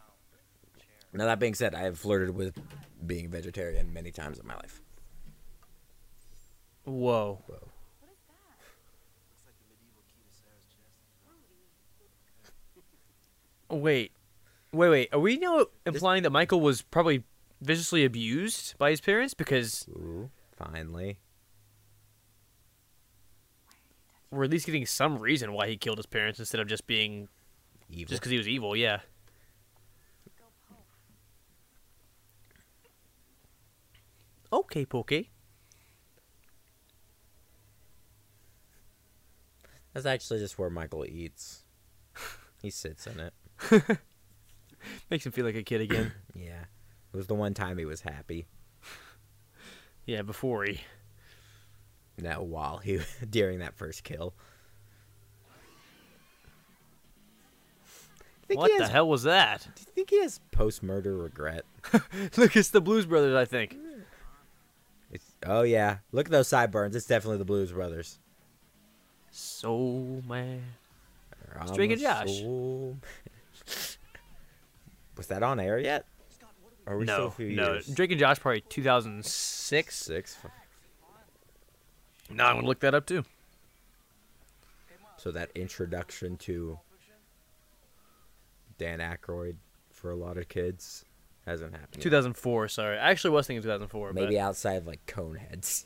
S4: Chair.
S2: Now that being said, I have flirted with being vegetarian many times in my life.
S1: Whoa.
S5: What is that?
S4: Looks like the medieval key to Sarah's chest.
S5: Rudy.
S1: Wait. Wait, wait. Are we now implying that Michael was probably viciously abused by his parents? Because
S2: Ooh, finally.
S1: we're at least getting some reason why he killed his parents instead of just being
S2: Evil.
S1: just because he was evil, yeah.
S5: Go poke.
S1: Okay, Pokey.
S2: That's actually just where Michael eats. He sits in it.
S1: Makes him feel like a kid again.
S2: Yeah. It was the one time he was happy.
S1: yeah, before he
S2: No, while he during that first kill. I think
S1: What
S2: he
S1: the
S2: has-
S1: hell was that?
S2: Do you think he has post murder regret?
S1: Look, it's the Blues Brothers, I think.
S2: It's, oh yeah. Look at those sideburns. It's definitely the Blues Brothers.
S1: So man.
S2: They're
S1: Drake and
S2: almost
S1: Josh.
S2: so- was that on air yet? Or Are we still a
S1: No,
S2: few
S1: no.
S2: years?
S1: Drake and Josh probably 2006.
S2: Six. f-
S1: No, I'm gonna look that up too.
S2: So that introduction to Dan Aykroyd for a lot of kids hasn't happened. yet.
S1: 2004. Sorry, I actually was thinking 2004.
S2: Maybe outside of like Coneheads.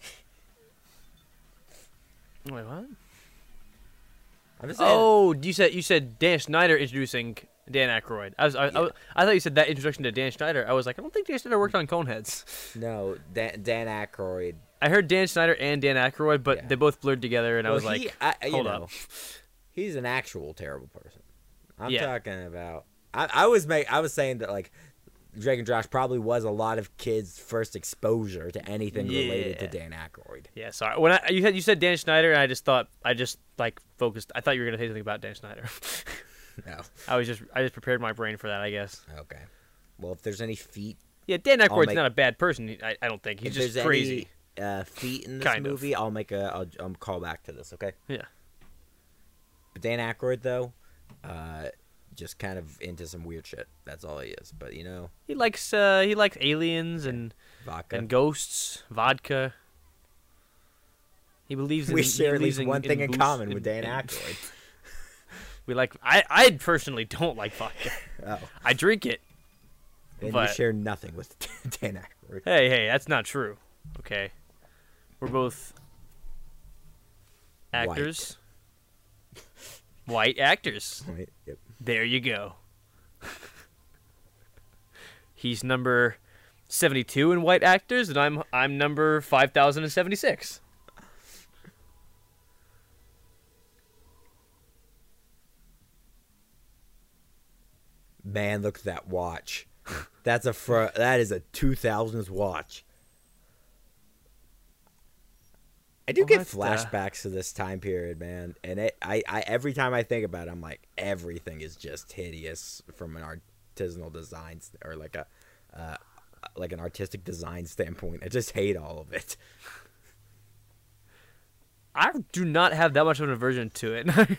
S1: But... Wait, what?
S2: I'm just saying.
S1: Oh, you said you said Dan Schneider introducing Dan Aykroyd. I was I, I,
S2: Yeah.
S1: I thought you said that introduction to Dan Schneider. I was like, I don't think Dan Schneider worked on Coneheads.
S2: No, Dan, Dan Aykroyd.
S1: I heard Dan Schneider and Dan Aykroyd, but
S2: Yeah.
S1: they both blurred together, and I
S2: Well,
S1: was
S2: he-
S1: like,
S2: I- you
S1: hold
S2: know,
S1: up.
S2: he's an actual terrible person. I'm
S1: Yeah.
S2: talking about. I, I was make, I was saying that like Drake and Josh probably was a lot of kids' first exposure to anything related to
S1: Yeah.
S2: Dan Aykroyd.
S1: Yeah, sorry. When I you had you said Dan Schneider, and I just thought I just like focused. I thought you were gonna say something about Dan Schneider.
S2: No.
S1: I was just I just prepared my brain for that, I guess.
S2: Okay. Well, if there's any feet,
S1: Yeah, Dan Aykroyd's
S2: make-
S1: not a bad person. he- I, I don't think
S2: if
S1: he's
S2: there's
S1: just crazy.
S2: any uh, feet in this
S1: Kind of.
S2: movie, I'll make a I'll, I'll call back to this. Okay.
S1: Yeah,
S2: But Dan Aykroyd though, uh, just kind of into some weird shit. That's all he is. But you know,
S1: he likes uh, he likes aliens and
S2: vodka.
S1: and ghosts, vodka. He believes in,
S2: we
S1: he
S2: share at
S1: believes
S2: least
S1: in-
S2: one thing in
S1: boost-
S2: common with
S1: in-
S2: Dan
S1: in-
S2: Aykroyd.
S1: We like I I personally don't like vodka.
S2: Oh.
S1: I drink it.
S2: And
S1: But-
S2: you share nothing with Dan Aykroyd.
S1: Hey hey, that's not true. Okay, we're both
S2: White.
S1: actors. White actors.
S2: Wait, yep.
S1: There you go. He's number seventy-two in white actors, and I'm I'm number five thousand and seventy-six.
S2: Man, look at that watch. That's a fr- that is a 2000s watch. I do get
S1: What the-
S2: flashbacks to this time period, man, and it, I, I every time I think about it, I'm like everything is just hideous from an artisanal design st- or like a uh, like an artistic design standpoint. I just hate all of it.
S1: I do not have that much of an aversion to it.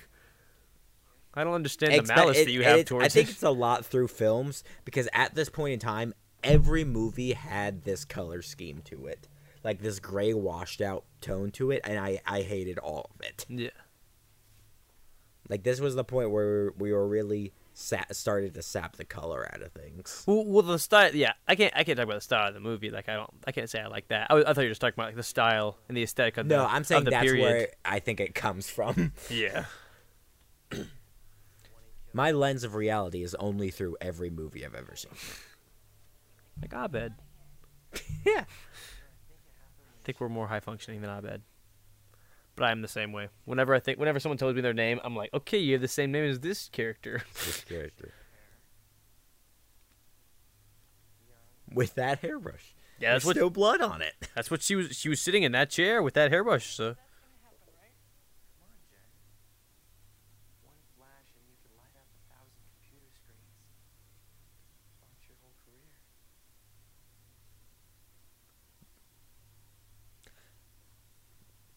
S1: I don't understand the
S2: Expe-
S1: malice
S2: it-
S1: that you
S2: it-
S1: have
S2: it-
S1: towards
S2: I think
S1: it.
S2: it's a lot through films because at this point in time, every movie had this color scheme to it, like this gray washed out tone to it, and I I hated all of it.
S1: Yeah.
S2: Like this was the point where we were really sa- started to sap the color out of things.
S1: Well, well, the style. Yeah, I can't. I can't talk about the style of the movie. Like, I don't. I can't say I like that. I, was- I thought you were just talking about like the style and the aesthetic of the.
S2: No, I'm
S1: of
S2: saying
S1: the
S2: that's
S1: period.
S2: where I think it comes from.
S1: Yeah.
S4: One ain't killed.
S2: My lens of reality is only through every movie I've ever seen.
S1: Like Abed.
S2: yeah.
S1: I think we're more high functioning than Abed. But I'm the same way. Whenever I think, whenever someone tells me their name, I'm like, okay, you have the same name as this character.
S2: This character. With that hairbrush.
S1: Yeah, that's
S2: There's
S1: what
S2: still blood on it.
S1: that's what she was. She was sitting in that chair with that hairbrush. So
S4: Come on, Jack. One flash and you can light up a thousand computer screens. Launch your whole career.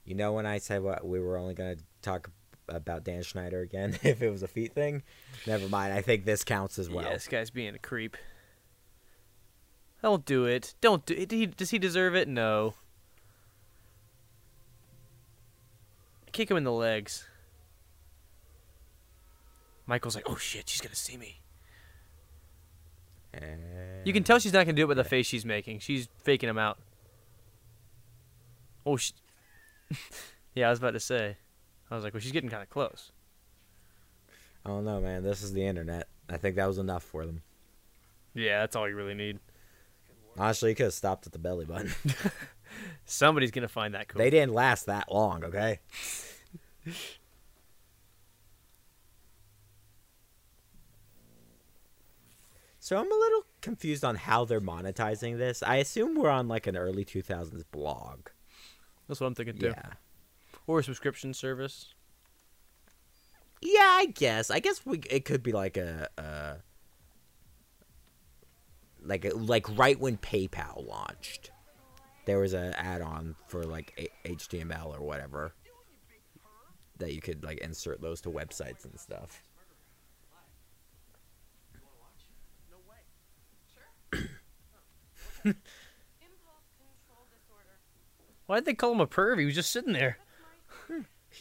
S2: You know when I said what we were only gonna talk about Dan Schneider again if it was a feet thing? Never mind. I think this counts as well.
S1: yeah, this guy's being a creep. Don't do it. Don't do it. Did he- Does he deserve it? No. Kick him in the legs. Michael's like, oh shit, she's gonna see me. You can tell she's not gonna do it with the face she's making. She's faking him out. Oh, sh yeah, I was about to say. I was like, well, she's getting kind of close.
S2: I don't know, man. This is the internet. I think that was enough for them.
S1: Yeah, that's all you really need.
S2: Honestly, you could have stopped at the belly button.
S1: Somebody's gonna find that cool.
S2: they didn't last that long, okay? so I'm a little confused on how they're monetizing this. I assume we're on like an early 2000s blog.
S1: that's what I'm thinking too.
S2: Yeah.
S1: Or a subscription service.
S2: Yeah, I guess. I guess we it could be like a, uh like a, like right when PayPal launched, there was a add-on for like a- HTML or whatever that you could like insert those to websites and stuff.
S5: Impulse control disorder.
S1: Why did they call him a perv? He was just sitting there.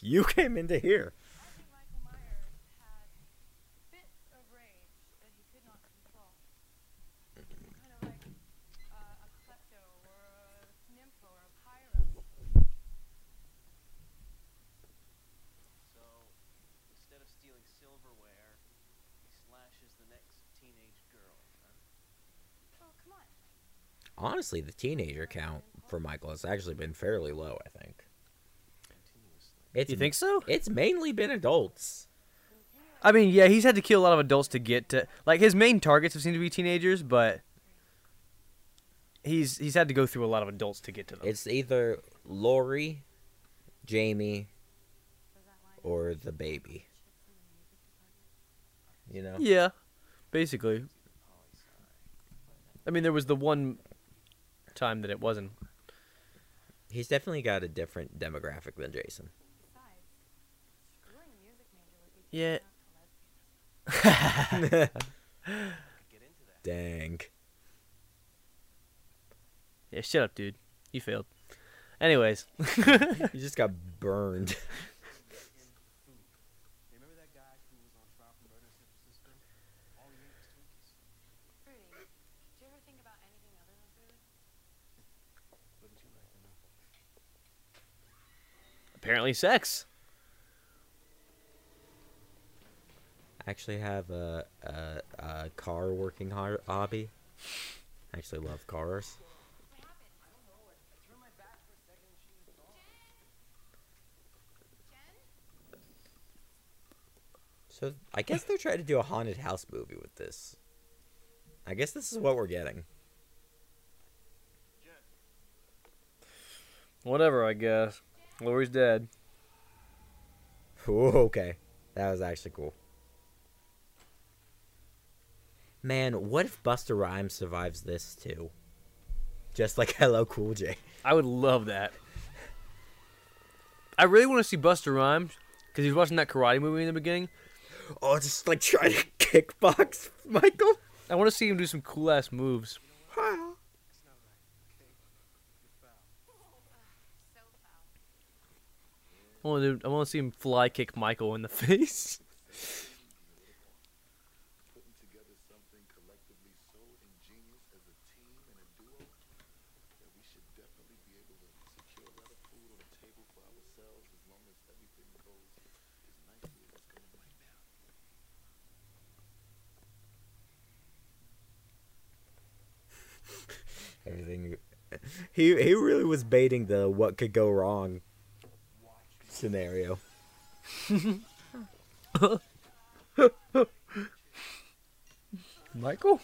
S2: You came into here.
S5: Arthur Michael Myers had fits of rage that he could not control. Kind of like uh, a klepto or a nympho or a pyro.
S4: So, instead of stealing silverware, he slashes the next teenage girl. Huh?
S5: Oh, come on.
S2: Honestly, the teenager count for Michael has actually been fairly low. I think.
S4: Continuously.
S2: It's
S1: you think so?
S2: It's mainly been adults.
S1: I mean, yeah, he's had to kill a lot of adults to get to like his main targets have seemed to be teenagers, but he's he's had to go through a lot of adults to get to them.
S2: It's either Lori, Jamie,
S5: Does that line
S2: or the baby. You know?
S1: Yeah, basically. I mean, there was the one time that it wasn't.
S2: He's definitely got a different demographic than Jason.
S5: besides? Screwing music major would be
S1: Yeah.
S5: enough to let
S4: Could get into that.
S2: Dang.
S1: Yeah, shut up, dude. You failed. Anyways,
S2: He just got burned.
S4: Remember that guy who was on trial for murder in San Francisco? All he ate was Twinkies.
S5: fruity. Do you ever think about anything other than food?
S4: Wouldn't you like to know?
S1: apparently sex.
S2: I actually have a, a, a car working ho- hobby. I actually love cars. So I guess they're trying to do a haunted house movie with this. I guess this is what we're getting.
S1: Whatever, I guess. Lori's dead.
S2: Ooh, okay. That was actually cool. Man, what if Buster Rhymes survives this too? Just like Hello Cool J.
S1: I would love that. I really want to see Buster Rhymes because he's watching that karate movie in the beginning.
S2: Oh, just like trying to kickbox Michael.
S1: I want to see him do some cool ass moves.
S5: So foul.
S1: I want to. I want to see him fly kick Michael in the face.
S6: Putting together something collectively so ingenious as a team and a duo that we should definitely be able to secure a lot of food on the table for ourselves as long as everything goes as nicely as it's going right now.
S2: He he really was baiting the what could go wrong scenario.
S1: Michael?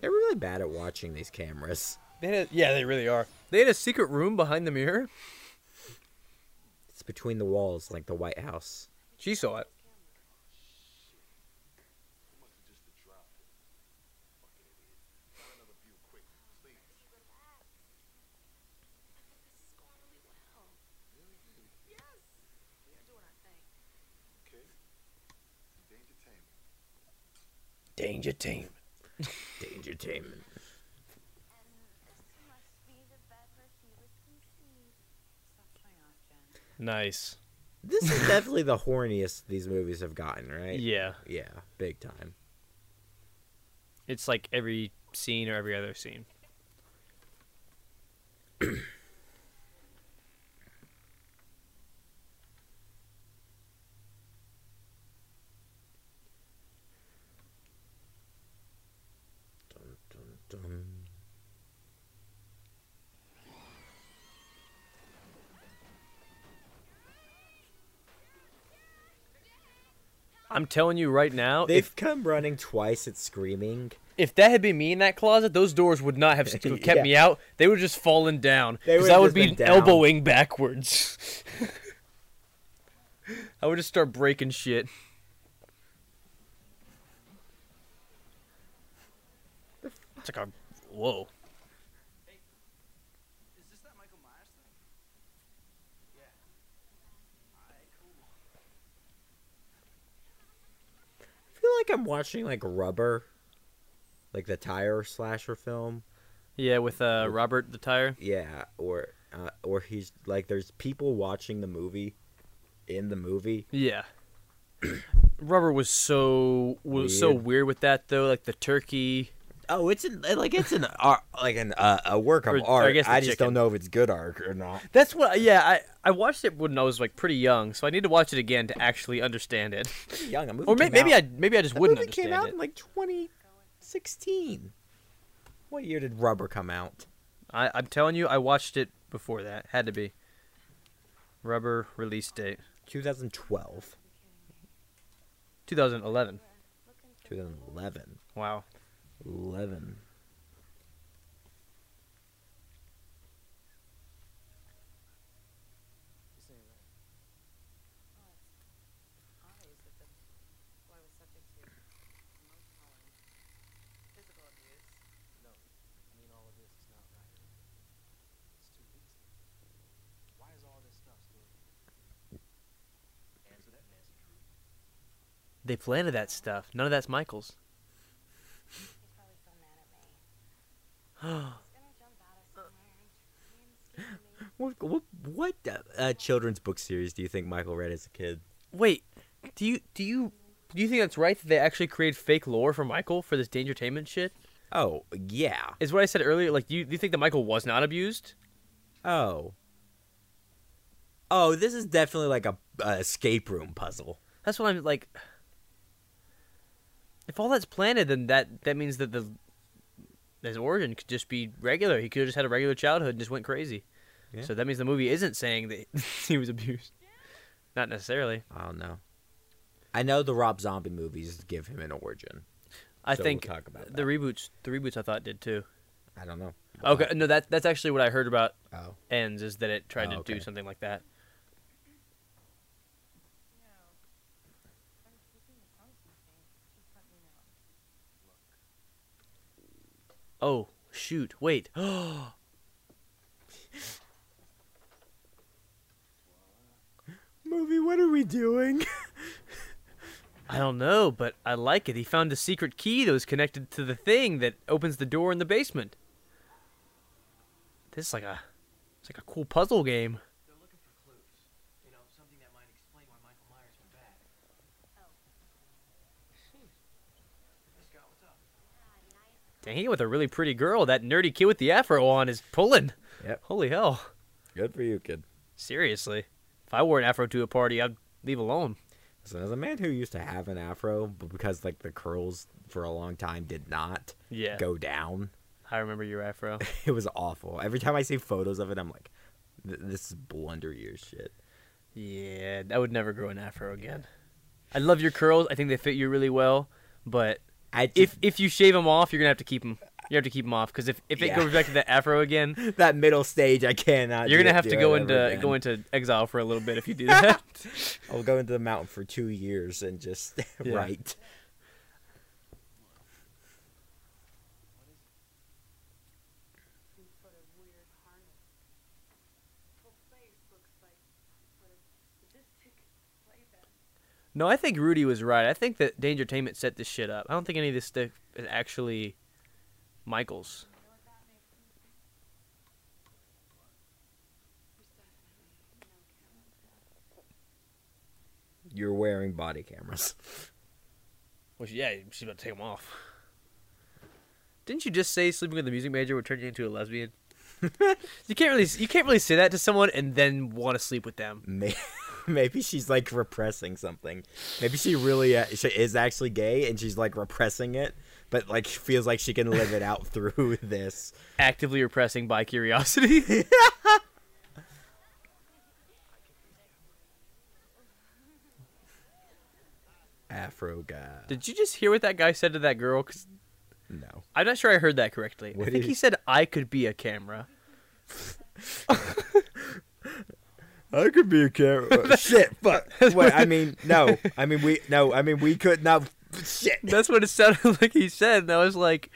S2: They're really bad at watching these cameras.
S1: They had a, yeah, they really are. They had a secret room behind the mirror.
S2: It's between the walls, like the White House.
S1: She saw it.
S2: Danger team. Danger team.
S3: Stop playing off, Jen.
S1: Nice.
S2: This is definitely the horniest these movies have gotten, right?
S1: Yeah.
S2: Yeah, big time.
S1: It's like every scene or every other scene.
S2: Dun, dun, dun.
S1: I'm telling you right now,
S2: They've
S1: if
S2: come running twice at screaming.
S1: if that had been me in that closet, those doors would not have s- kept
S2: Yeah.
S1: me out. They would have just fallen down
S2: They
S1: because
S2: would have
S1: I would
S2: just
S1: be
S2: been down.
S1: elbowing backwards. I would just start breaking shit. It's like a whoa.
S4: Is this that Michael Myers thing? Yeah. Alright, cool.
S2: I feel like I'm watching like Rubber, like the tire slasher film.
S1: Yeah, with uh, Robert the tire.
S2: Yeah, or uh, or he's like there's people watching the movie, in the movie.
S1: Yeah. Rubber was so was so
S2: Weird.
S1: weird with that though, like the turkey.
S2: Oh, it's an like it's an art, like an uh, a work of
S1: Or- or I
S2: art. I,
S1: guess the
S2: just
S1: chicken.
S2: don't know if it's good art or not.
S1: That's what. Yeah, I I watched it when I was like pretty young, so I need to watch it again to actually understand it.
S2: Young, a movie
S1: Or may,
S2: came
S1: maybe
S2: out-
S1: I maybe I just
S2: that
S1: wouldn't
S2: movie
S1: understand
S2: came out
S1: it.
S2: in like 2016. What year did Rubber come out?
S1: I, I'm telling you, I watched it before that. Had to be. Rubber release date
S2: 2012,
S1: 2011.
S2: 2011,
S1: Wow.
S2: 11.
S4: This ain't right.
S3: eyes that the boy was subject to emotional and physical abuse.
S4: I mean, all of this is not right. It's too easy. Why is all this stuff still here? Answer that, Nancy Drew.
S1: They planted that stuff. None of that's Michael's.
S5: He's probably so mad at me.
S1: I
S5: He's gonna jump out of somewhere and try and scare me.
S2: What what, what uh, uh, children's book series do you think Michael read as a kid?
S1: Wait, do you do you do you think that's right that they actually created fake lore for Michael for this Dangertainment shit?
S2: Oh yeah.
S1: Is what I said earlier. Like, do you, do you think that Michael was not abused?
S2: Oh. Oh, this is definitely like a, a escape room puzzle.
S1: That's what I'm like. If all that's planted, then that that means that the his origin could just be regular. He could have just had a regular childhood and just went crazy.
S2: Yeah.
S1: So that means the movie isn't saying that he was abused. Not necessarily.
S2: I don't know. I know the Rob Zombie movies give him an origin.
S1: I
S2: So we'll
S1: think
S2: talk about
S1: the
S2: that.
S1: reboots. The reboots I thought did too.
S2: I don't know.
S1: Okay, no, that that's actually what I heard about
S2: Oh.
S1: ends is that it tried
S2: Oh,
S1: to do
S2: okay.
S1: something like that.
S5: No. I'm keeping you from something. Just let me know.
S1: Oh shoot! Wait. Oh,
S2: Movie, what are we doing?
S1: I don't know, but I like it. He found a secret key that was connected to the thing that opens the door in the basement. This is like a, it's like a cool puzzle game.
S4: They're looking for clues. You know, something that might explain why Michael Myers went bad. Hey, Scott, what's up?
S1: Dang, he with a really pretty girl. That nerdy kid with the afro on is pulling.
S2: Yep.
S1: Holy hell!
S2: Good for you, kid.
S1: Seriously, if I wore an afro to a party, I'd leave alone.
S2: So as a man who used to have an afro, but because like the curls for a long time did not
S1: Yeah.
S2: go down,
S1: I remember your afro.
S2: it was awful. Every time I see photos of it, I'm like, "Th- this is blunder years shit.
S1: yeah, I would never grow an afro again. I love your curls. I think they fit you really well, but
S2: I
S1: if
S2: just,
S1: if you shave them off, you're gonna have to keep them. You have to keep them off because if, if it
S2: Yeah.
S1: goes back to the afro again,
S2: if that middle stage, I cannot.
S1: you're
S2: do
S1: gonna
S2: it-
S1: have
S2: do
S1: to
S2: it
S1: go
S2: ever
S1: into
S2: again.
S1: go into exile for a little bit if you do that.
S2: I'll go into the mountain for two years and just
S1: Yeah.
S2: write.
S3: Some sort of weird harness. The whole place looks like some sort of sadistic playpen.
S1: no, I think Rudy was right. I think that Danger Tainment set this shit up. I don't think any of this stuff is actually Michael's.
S5: You know what that makes me think? There's definitely no camera.
S2: You're wearing body cameras.
S1: Which yeah, she's about to take them off. Didn't you just say sleeping with the music major would turn you into a lesbian? you can't really you can't really say that to someone and then want to sleep with them.
S2: May- Maybe she's like repressing something. Maybe she really uh, she is actually gay and she's like repressing it, but like feels like she can live it out through this.
S1: Actively repressing by curiosity.
S2: Afro guy.
S1: Did you just hear what that guy said to that girl? Cause
S2: No.
S1: I'm not sure I heard that correctly.
S2: What
S1: I
S2: did
S1: think
S2: he-
S1: he said I could be a camera.
S2: I could be a camera. Shit, fuck. Wait, I mean, no. I mean, we, no, I mean, we could not. Shit.
S1: That's what it sounded like he said. And I was like,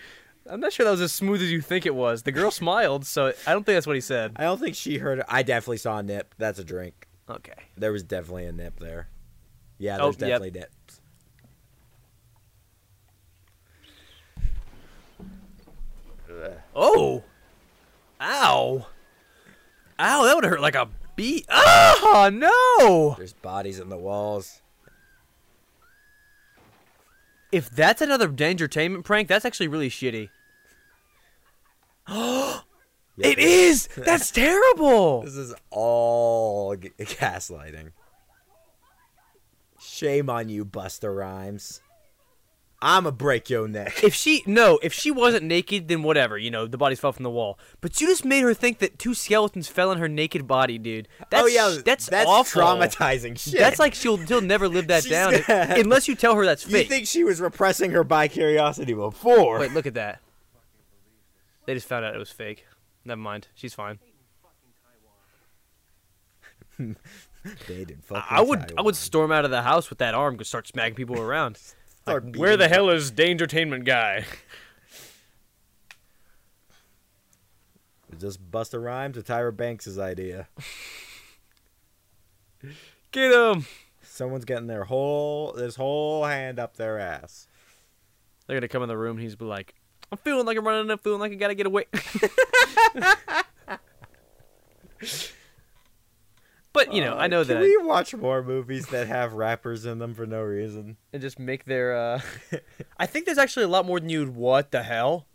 S1: I'm not sure that was as smooth as you think it was. The girl smiled, so I don't think that's what he said.
S2: I don't think she heard. I definitely saw a nip. That's a drink.
S1: Okay.
S2: There was definitely a nip there. Yeah,
S1: Oh,
S2: there's
S1: yep.
S2: definitely nips.
S1: Oh. Ow. Ow, that would hurt like a bee. Ah, no.
S2: There's bodies in the walls.
S1: If that's another dangertainment prank, that's actually really shitty.
S2: Yep,
S1: It is. That's terrible.
S2: This is all g- gaslighting. Shame on you, Buster Rhymes. I'ma break your neck.
S1: If she no, if she wasn't naked, then whatever, you know, the bodies fell from the wall. But you just made her think that two skeletons fell on her naked body, dude. That's,
S2: oh yeah,
S1: that's
S2: that's
S1: awful.
S2: traumatizing shit.
S1: That's like she'll she'll never live that
S2: She's
S1: down
S2: gonna-
S1: unless you tell her that's
S2: you
S1: fake.
S2: think she was repressing her by curiosity before?
S1: Wait, look at that. They just found out it was fake. Never mind. She's fine.
S2: they did
S1: I,
S2: fucking
S1: I would I
S2: Taiwan.
S1: would storm out of the house with that arm and start smacking people around.
S2: Start
S1: Like, where the
S2: beating
S1: hell is Dangertainment guy?
S2: Is this Buster Rhymes or Tyra Banks' idea?
S1: Get him.
S2: Someone's getting their whole this whole hand up their ass.
S1: They're gonna come in the room and he's be like, I'm feeling like I'm running, I'm feeling like I gotta get away. but you know, I
S2: Uh,
S1: know
S2: can
S1: that
S2: we watch more movies that have rappers in them for no reason?
S1: and just make their uh I think there's actually a lot more than you'd what the hell?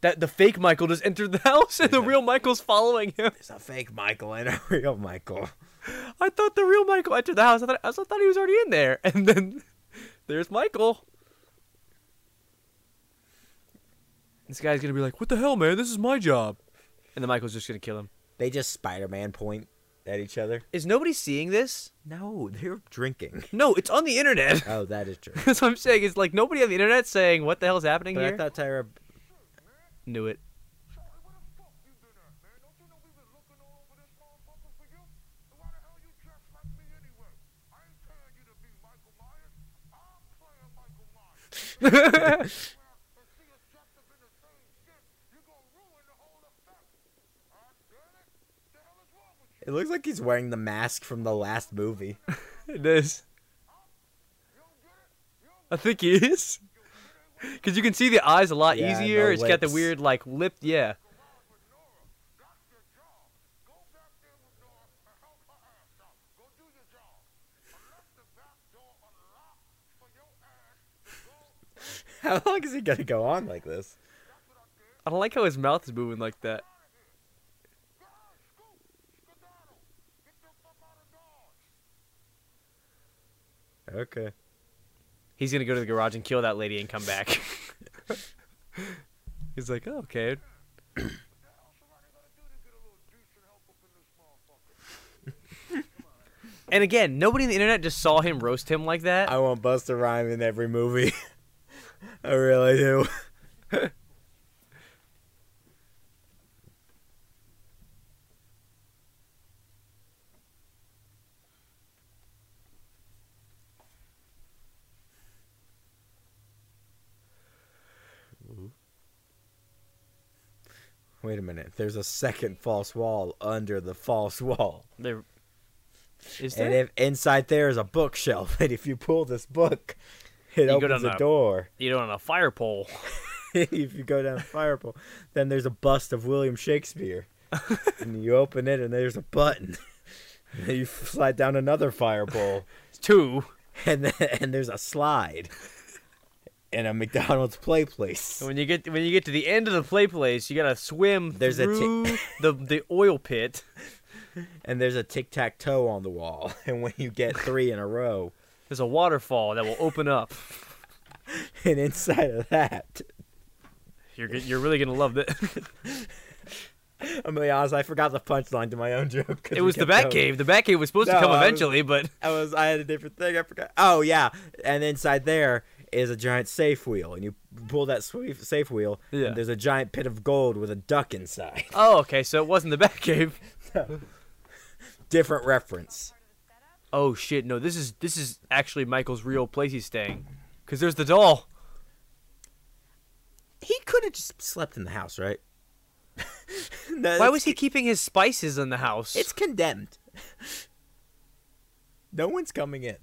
S1: That the fake Michael just entered the house and the
S2: Yeah.
S1: real Michael's following him.
S2: There's a fake Michael and a real Michael.
S1: I thought the real Michael entered the house. I thought I also thought he was already in there. And then there's Michael. This guy's gonna be like, What the hell, man? This is my job. And then Michael's just gonna kill him.
S2: They just Spider-Man point at each other.
S1: Is nobody seeing this?
S2: No, they're drinking.
S1: No, it's on the internet.
S2: Oh, that is true.
S1: That's what I'm saying. It's like nobody on the internet saying what the hell's happening
S2: but
S1: here.
S2: I thought Tyra.
S1: Knew it.
S6: Charlie, where the fuck you been at, man? Don't you know we've been looking all over this motherfucker for you? Then why the hell you dressed like me anyway? I ain't telling you to be Michael Myers. I'm playing Michael Myers. and see us dressed up in the same shit, you're gonna ruin the whole effect. I get it. The hell is wrong with
S2: It
S6: you?
S2: looks like he's wearing the mask from the last movie.
S1: It is.
S6: You don't get it? You
S1: I
S6: don't
S1: think he is. Cause you can see the eyes a lot
S2: Yeah, and
S1: easier.
S2: the
S1: It's got the
S2: lips.
S1: weird like lip. Yeah.
S6: ride with Nora. That's your job. Go back there with Nora and help her ass out. Go do your job. I left the back door unlocked for your ass to go.
S2: How long is he gonna go on like this?
S1: I don't like how his mouth is moving like that.
S6: Guys, scoop, skedaddle. Get the fuck out of Dodge.
S2: Okay.
S1: He's gonna go to the garage and kill that lady and come back. He's like, oh, okay. And again, nobody on the internet just saw him roast him like that.
S2: I want Buster Rhyme in every movie. I really do. Wait a minute. There's a second false wall under the false wall.
S1: There- Is
S2: And
S1: there-
S2: if inside there is a bookshelf, and if you pull this book, it
S1: go
S2: opens
S1: down
S2: a
S1: the-
S2: door.
S1: you know, on a fire pole.
S2: if you go down the fire pole, then there's a bust of William Shakespeare. and you open it, and there's a button. And then you slide down another fire pole,
S1: It's two.
S2: and then, and there's a slide, and a McDonald's play place.
S1: And when you get when you get to the end of the play place, you gotta swim
S2: There's a ti-
S1: through the the oil pit.
S2: And there's a tic tac toe on the wall. And when you get three in a row,
S1: There's a waterfall that will open up.
S2: and inside of that,
S1: You're g- you're really gonna love that.
S2: I'm gonna be honest, I forgot the punchline to my own joke.
S1: it
S2: 'cause we
S1: was the
S2: kept
S1: Bat
S2: going.
S1: Cave. The Bat Cave was supposed
S2: No,
S1: to come
S2: I was-
S1: eventually, but
S2: I was I had a different thing. I forgot. Oh yeah, and inside there is a giant safe wheel, and you pull that sweef- safe wheel,
S1: Yeah.
S2: and there's a giant pit of gold with a duck inside.
S1: oh, okay. So it wasn't the Bat Cave.
S2: Different reference.
S1: Oh shit! No, this is this is actually Michael's real place he's staying, because there's the doll.
S2: He could have just slept in the house, right? No,
S1: Why
S2: it's-
S1: was he keeping his spices in the house?
S2: It's condemned. no one's coming in.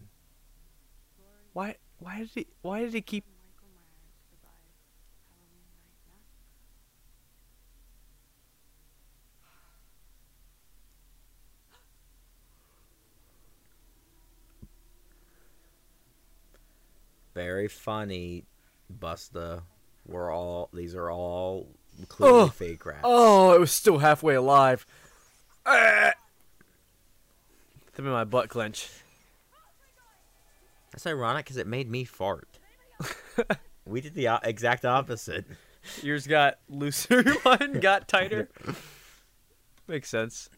S1: why why did he why did he keep
S3: Michael Myers survived Halloween night massacre.
S2: Very funny, Busta. We're all these are all clearly
S1: Oh.
S2: fake rats.
S1: Oh, it was still halfway alive. Ah! Threw me my butt clench.
S2: That's ironic because it made me fart. we did the o- exact opposite.
S1: Yours got looser, mine got tighter. Makes sense.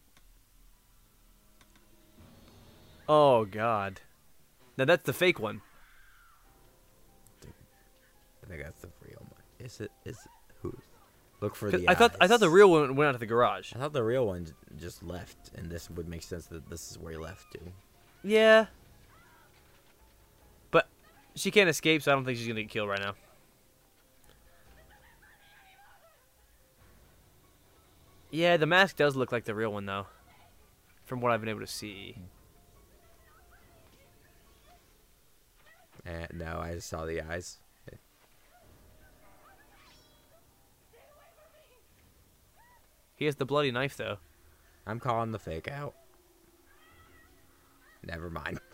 S1: Oh god. Now that's the fake one.
S2: I think that's the real one. Is it? Is it, who? Look for
S1: 'Cause
S2: the.
S1: I thought I thought the
S2: eyes.
S1: real one went out to the garage.
S2: I thought the real one j- just left, and this would make sense that this is where he left to.
S1: Yeah. But she can't escape, so I don't think she's gonna get killed right now. Yeah, the mask does look like the real one though. From what I've been able to see.
S2: Uh, no, I just saw the eyes.
S1: He has the bloody knife though.
S2: I'm calling the fake out. Never mind.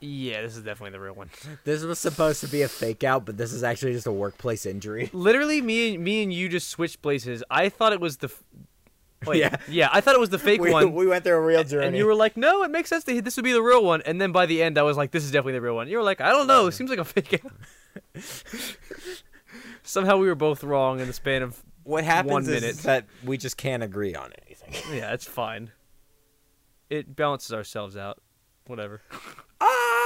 S1: Yeah, this is definitely the real one.
S2: This was supposed to be a fake out, but this is actually just a workplace injury.
S1: Literally, me and me and you just switched places. I thought it was the. F- Wait,
S2: Yeah.
S1: yeah. I thought it was the fake
S2: we,
S1: one.
S2: we went through a real journey.
S1: and you were like, no, it makes sense that this would be the real one. And then by the end, I was like, this is definitely the real one. You were like, I don't know. It seems like a fake out. Somehow we were both wrong in the span of.
S2: what happens
S1: one
S2: is
S1: minute.
S2: that we just can't agree on anything.
S1: Yeah, it's fine. It balances ourselves out. Whatever.
S2: Ah!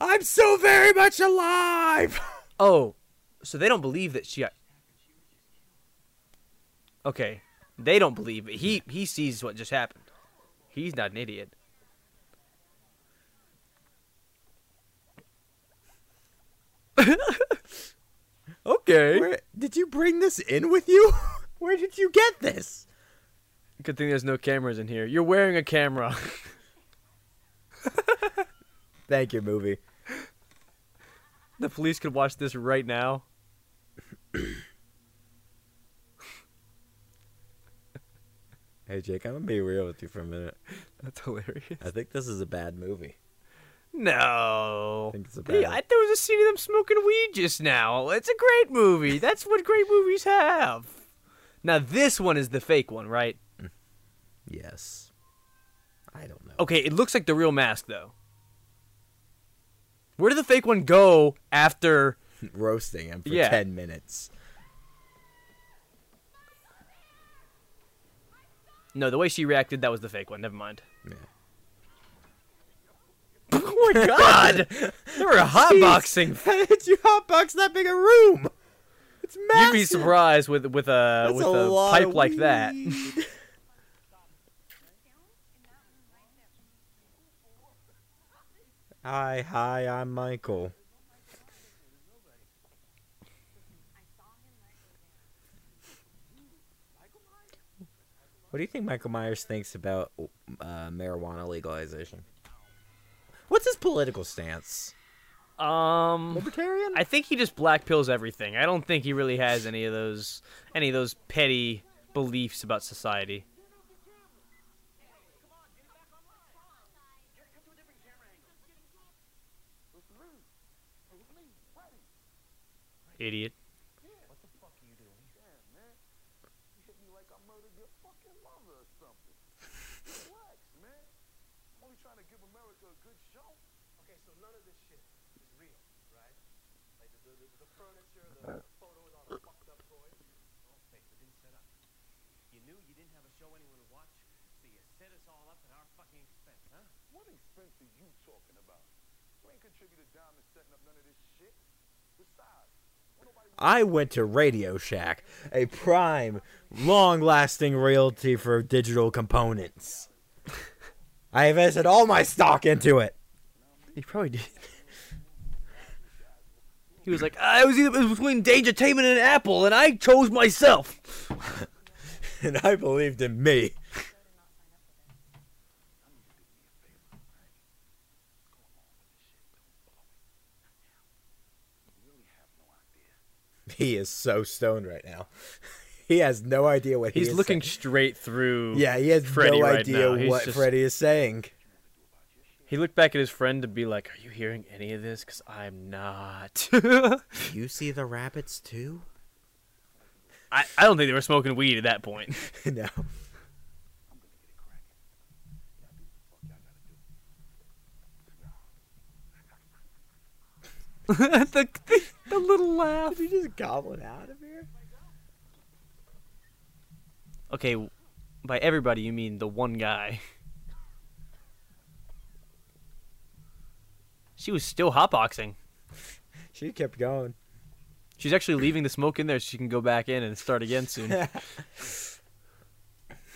S2: I'm so very much alive!
S1: Oh, so they don't believe that she. Got... Okay, they don't believe it. He he sees what just happened. He's not an idiot. okay.
S2: Where, did you bring this in with you? Where did you get this?
S1: Good thing there's no cameras in here. You're wearing a camera.
S2: Thank you, movie.
S1: the police could watch this right now.
S2: Hey, Jake, I'm gonna be real with you for a minute.
S1: That's hilarious.
S2: I think this is a bad movie.
S1: No.
S2: I think it's a
S1: Hey,
S2: bad-
S1: I, there was a scene of them smoking weed just now. It's a great movie. That's what great movies have. Now this one is the fake one, right?
S2: Yes. I I don't know.
S1: Okay, it looks like the real mask though. Where did the fake one go after?
S2: Roasting him for
S1: Yeah.
S2: 10 minutes.
S1: No, the way she reacted, that was the fake one. Never mind.
S2: Yeah.
S1: oh my god! They were hotboxing.
S2: How did you hotbox that big a room? It's
S1: You'd
S2: massive.
S1: be surprised with with a
S2: That's
S1: with
S2: uh,
S1: a,
S2: a, lot
S1: pipe
S2: of
S1: like that.
S2: weed. hi, hi, I'm Michael. What do you think Michael Myers thinks about uh, marijuana legalization? What's his political stance?
S1: Um,
S2: Libertarian?
S1: I think he just black pills everything. I don't think he really has any of those any of those petty beliefs about society. Idiot.
S6: hit me like I murdered your fucking mother or something. Relax, man. I'm only trying to give America a good show.
S4: Okay, so none of this shit is real, right? Like the, the, the furniture, the photos, all the fucked up toys. All fake. Oh, It didn't set up. You knew you didn't have a show anyone would watch, so you set us all up at our fucking expense, huh?
S6: What expense are you talking about? You ain't contributed a dime to setting up none of this shit. Besides, won't nobody
S2: I went to Radio Shack, a prime, long lasting realty for digital components. I invested all my stock into it.
S1: He probably did. He was like, I was either it was between Dangertainment and Apple, and I chose myself.
S2: And I believed in me. He is so stoned right now. He has no idea what he
S1: He's
S2: is
S1: looking
S2: saying.
S1: straight through.
S2: Yeah, he has
S1: Freddy
S2: no
S1: right
S2: idea
S1: now. He's
S2: what
S1: just-
S2: Freddy is saying.
S1: He looked back at his friend to be like, Are you hearing any of this? Because I'm not.
S2: You see the rabbits too?
S1: I, I don't think they were smoking weed at that point.
S2: no.
S1: the, the, the little laugh.
S2: Did you just gobble it out of here?
S1: Okay, w- by everybody, you mean the one guy. She was still hotboxing.
S2: She kept going.
S1: She's actually leaving the smoke in there so she can go back in and start again soon.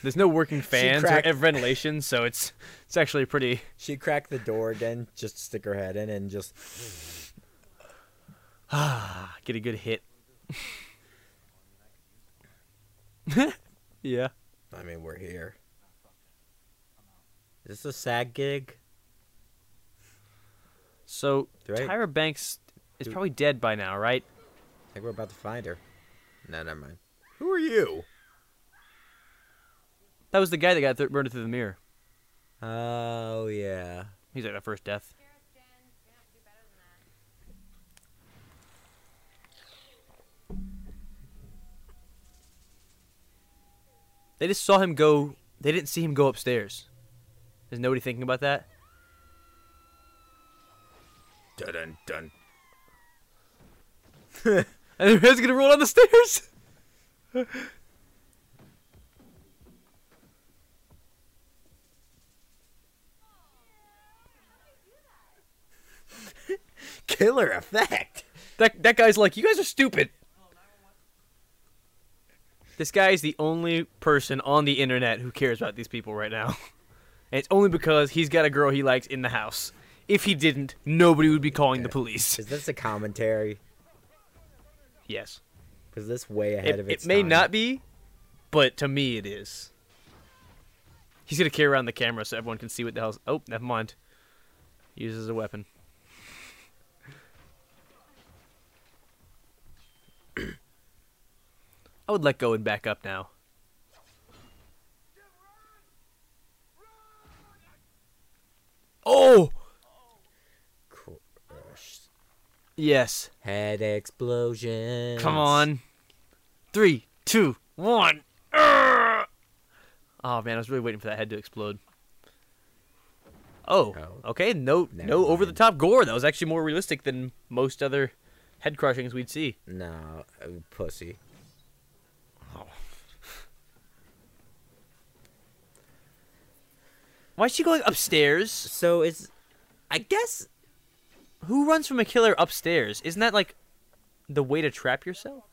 S1: There's no working fans
S2: cracked-
S1: or ventilation, so it's it's actually pretty.
S2: She cracked the door again, just to stick her head in, and just
S1: Ah, get a good hit. yeah.
S2: I mean, we're here. Is this a SAG gig?
S1: So
S2: Do I-
S1: Tyra Banks is
S2: do-
S1: probably dead by now, right?
S2: I think we're about to find her. No, never mind. Who are you?
S1: That was the guy that got th- murdered through the mirror.
S2: Oh yeah.
S1: He's like our first death.
S5: Garrett, Jen, you're gonna have to do better than that.
S1: They just saw him go. They didn't see him go upstairs. Is nobody thinking about that?
S2: Dun dun dun.
S1: And he's gonna roll down the stairs.
S2: Killer effect.
S1: That that guy's like, you guys are stupid. This guy is the only person on the internet who cares about these people right now, and it's only because he's got a girl he likes in the house. If he didn't, nobody would be calling the police.
S2: Is this a commentary?
S1: Yes,
S2: Is this way ahead
S1: it,
S2: of
S1: it
S2: its
S1: may
S2: time?
S1: not be, but to me it is. He's gonna carry around the camera so everyone can see what the hell's. Oh, never mind. Uses a weapon. I would let go and back up now. Oh
S2: Crushed.
S1: yes!
S2: Head explosion.
S1: Come on. Three, two, one. Urgh. Oh man, I was really waiting for that head to explode. Oh,
S2: Oh.
S1: okay. No,
S2: Never
S1: no over the
S2: mind.
S1: top gore. That was actually more realistic than most other head crushings we'd see.
S2: No, uh, pussy.
S1: Why is she going upstairs?
S2: So it's, I guess,
S1: Who runs from a killer upstairs? Isn't that like the way to trap yourself?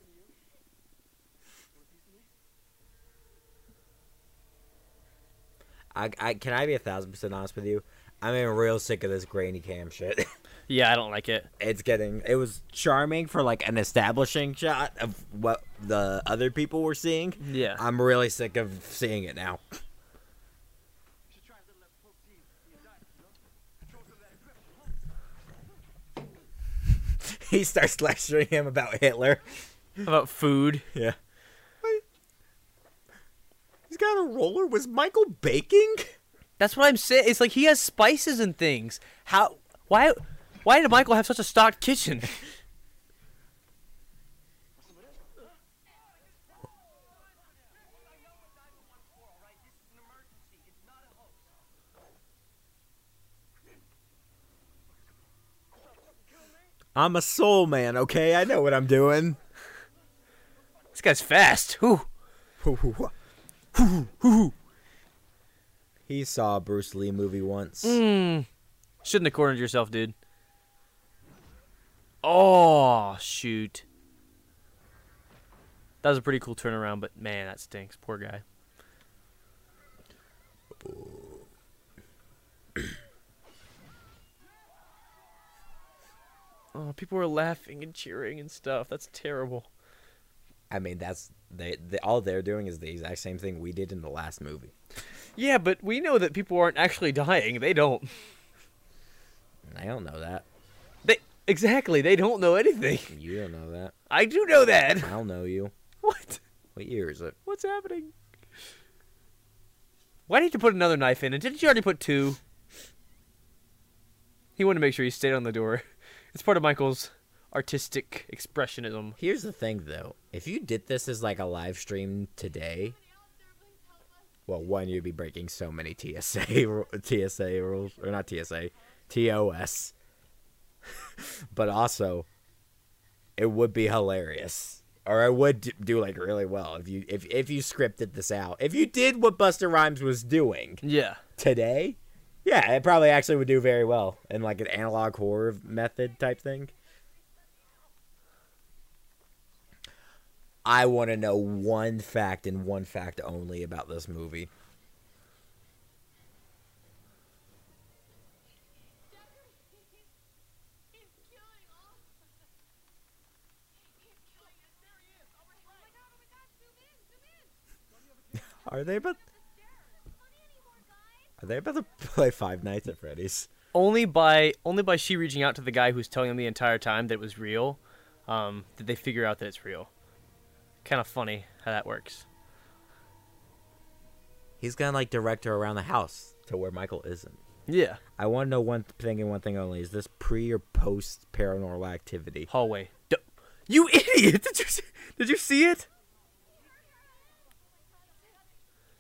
S2: I, I can I be a thousand percent honest with you? I'm getting real sick of this grainy cam shit.
S1: Yeah, I don't like it.
S2: it's getting it was charming for like an establishing shot of what the other people were seeing.
S1: Yeah.
S2: I'm really sick of seeing it now.
S4: should try a little of protein in your diet, you know? Control some of that grip.
S2: he starts lecturing him about Hitler.
S1: About food.
S2: Yeah. He's got a roller. Was Michael baking?
S1: That's what I'm saying. It's like he has spices and things. How? Why? Why did Michael have such a stocked kitchen?
S4: I know what 911 for, all right? This is an emergency. It's not a hoax.
S2: I'm a soul man, okay? I know what I'm doing.
S1: This guy's fast. Whew.
S2: he saw a Bruce Lee movie once.
S1: Mm. Shouldn't have cornered yourself, dude. Oh shoot. That was a pretty cool turnaround, but man, that stinks. Poor guy. oh, people were laughing and cheering and stuff. That's terrible.
S2: I mean, that's they, they all they're doing is the exact same thing we did in the last movie.
S1: Yeah, but we know that people aren't actually dying. They don't.
S2: I don't know that.
S1: They exactly. They don't know anything.
S2: You don't know that.
S1: I do know that.
S2: I don't know you.
S1: What?
S2: What year is it?
S1: What's happening? Why did you put another knife in? And didn't you already put two? He wanted to make sure he stayed on the door. It's part of Michael's artistic expressionism.
S2: Here's the thing, though. If you did this as like a live stream today, well, one, you'd be breaking so many TSA ru- TSA rules, or not TSA, TOS. but also, it would be hilarious, or I would d- do like really well if you if if you scripted this out. If you did what Buster Rhymes was doing
S1: Yeah.
S2: today, yeah, it probably actually would do very well in like an analog horror method type thing. I want to know one fact and one fact only about this movie.
S5: Oh
S2: Are they about? Are they about to play Five Nights at Freddy's?
S1: Only by only by she reaching out to the guy who's telling them the entire time that it was real, um, did they figure out that it's real. Kind of funny how that works.
S2: He's gonna like direct her around the house to where Michael isn't.
S1: Yeah.
S2: I want to know one thing and one thing only: is this pre or post Paranormal Activity?
S1: Hallway. D- you idiot! Did you see, did you see it?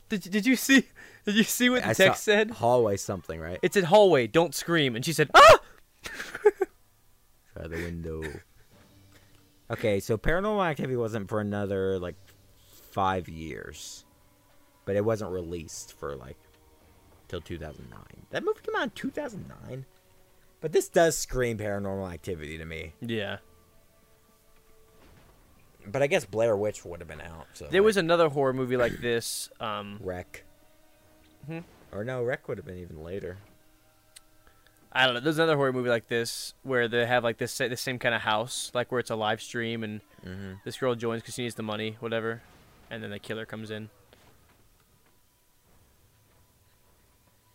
S1: Did, did you see did you see what the
S2: I saw
S1: text said?
S2: hallway something, right?
S1: It said hallway, don't scream. And she said, ah!
S2: Try the window. okay, so Paranormal Activity wasn't for another like five years, but it wasn't released for like till 2009. That movie came out in 2009, but this does scream Paranormal Activity to me.
S1: Yeah.
S2: But I guess Blair Witch would have been out. So
S1: There was
S2: like,
S1: another horror movie like this. Um,
S2: Wreck,
S1: Hmm?
S2: or no, Wreck would have been even later.
S1: I don't know. There's another horror movie like this where they have like this sa- the same kind of house, like where it's a live stream and this girl joins because she needs the money, whatever, and then the killer comes in.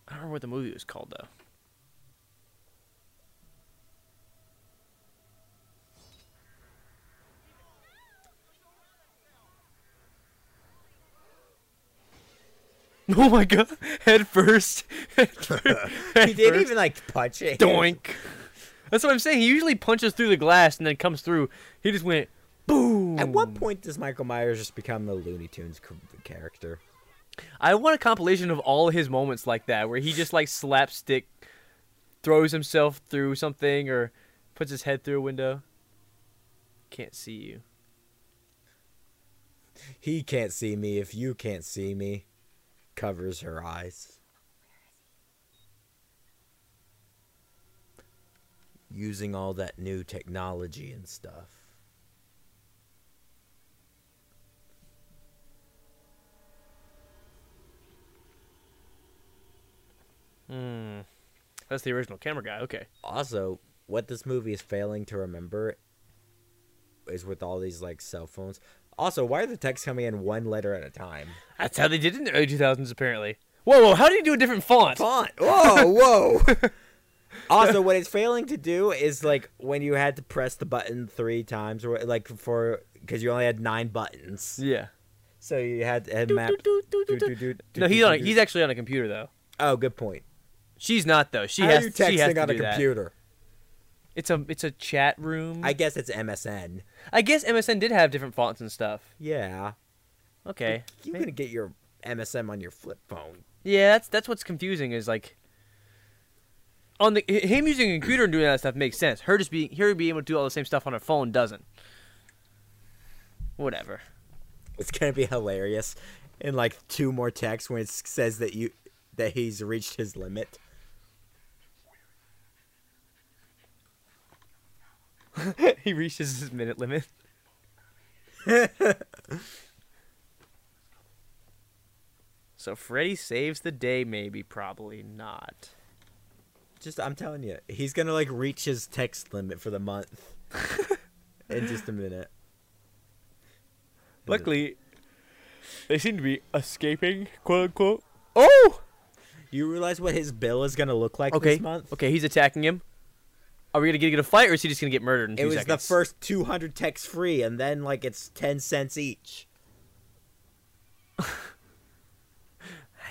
S1: I don't remember what the movie was called though. Oh my god! Head first. Head fir-
S2: he
S1: head
S2: didn't
S1: first.
S2: even like punch it.
S1: Doink. That's what I'm saying. He usually punches through the glass and then comes through. He just went boom.
S2: At what point does Michael Myers just become the Looney Tunes c- character?
S1: I want a compilation of all his moments like that, where he just like slapstick throws himself through something or puts his head through a window. Can't see you.
S2: He can't see me if you can't see me. Covers her eyes. Using all that new technology and stuff.
S1: Hmm. That's the original camera guy. Okay.
S2: Also, what this movie is failing to remember is with all these like cell phones. Also, why are the texts coming in one letter at a time?
S1: That's how they did it in the early 2000s, apparently. Whoa, whoa, how do you do a different font?
S2: font. Whoa, whoa. also, what it's failing to do is like when you had to press the button three times, or like for because you only had nine buttons,
S1: Yeah.
S2: so you had to had map.
S1: No, he's on. A, he's actually on a computer though.
S2: Oh, good point.
S1: She's not though. She
S2: How
S1: has.
S2: are you
S1: she has
S2: texting
S1: to
S2: on a
S1: do that.
S2: computer?
S1: It's a it's a chat room.
S2: I guess it's MSN.
S1: I guess MSN did have different fonts and stuff.
S2: Yeah,
S1: Okay.
S2: you
S1: Maybe-
S2: can get your MSN on your flip phone.
S1: Yeah, that's that's what's confusing is like on the h- him using a computer and doing that stuff makes sense. Her just being her being able to do all the same stuff on her phone doesn't. Whatever.
S2: It's gonna be hilarious. In like two more texts when it s- says that you that he's reached his limit.
S1: he reaches his minute limit. so Freddy saves the day, maybe, probably not.
S2: Just I'm telling you, he's gonna like reach his text limit for the month in just a minute.
S1: Luckily, they seem to be escaping, quote unquote. Oh!
S2: You realize what his bill is gonna look like
S1: Okay.
S2: this month?
S1: Okay, he's attacking him. Are we gonna get, get a fight, or is he just gonna get murdered in
S2: It
S1: two
S2: was the
S1: seconds?
S2: first 200 texts free, and then like it's 10 cents each.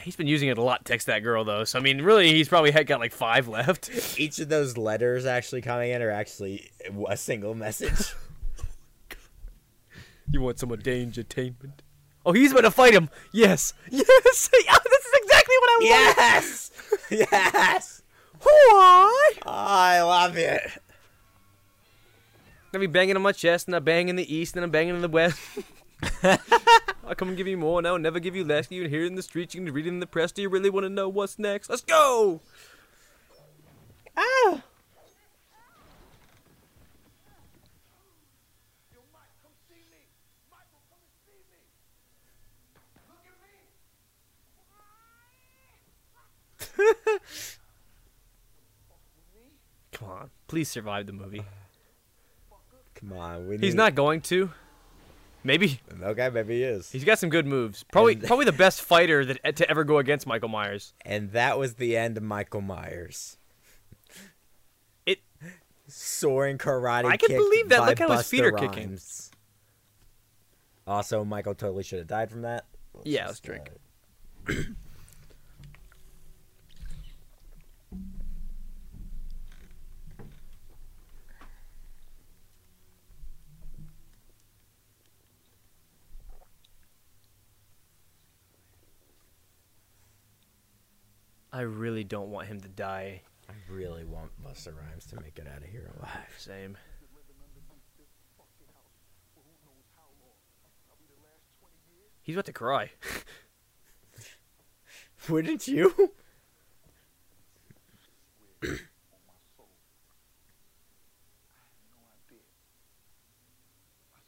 S1: He's been using it a lot. to Text that girl though. So I mean, really, he's probably had got like five left.
S2: Each of those letters actually coming in are actually a single message.
S1: You want some entertainment? Oh, he's about to fight him. Yes, yes. this is exactly what I wanted.
S2: yes, yes. Oh,
S1: Why?
S2: I love it.
S1: I be banging on my chest, and I bang in the east, and I'm banging in the west. I come and give you more, and I'll never give you less. You can hear it in the streets, you can read it in the press. Do you really want to know what's next? Let's go!
S2: Ah.
S6: Yo, Mike, come see me. Michael, come and see me. Look at me.
S1: Come on, please survive the movie.
S2: Come on, we
S1: He's
S2: need-
S1: not going to. Maybe
S2: Okay, maybe he is.
S1: he's got some good moves. Probably,
S2: And-
S1: probably the best fighter that to ever go against Michael Myers.
S2: And that was the end of Michael Myers.
S1: It-
S2: soaring karate.
S1: I can
S2: kick
S1: believe that.
S2: by
S1: Look how his feet
S2: Busta
S1: are kicking.
S2: Rhymes. Also, Michael totally should have died from that.
S1: Yeah,
S2: just,
S1: let's drink.
S2: uh,
S1: I really don't want him to die.
S2: I really want Buster Rhymes to make it out of here alive.
S1: Same.
S6: Been living under some big fucking house for who knows how long. Probably the last 20 years.
S1: He's about to cry.
S2: Wouldn't you?
S6: on my soul. I had no idea. I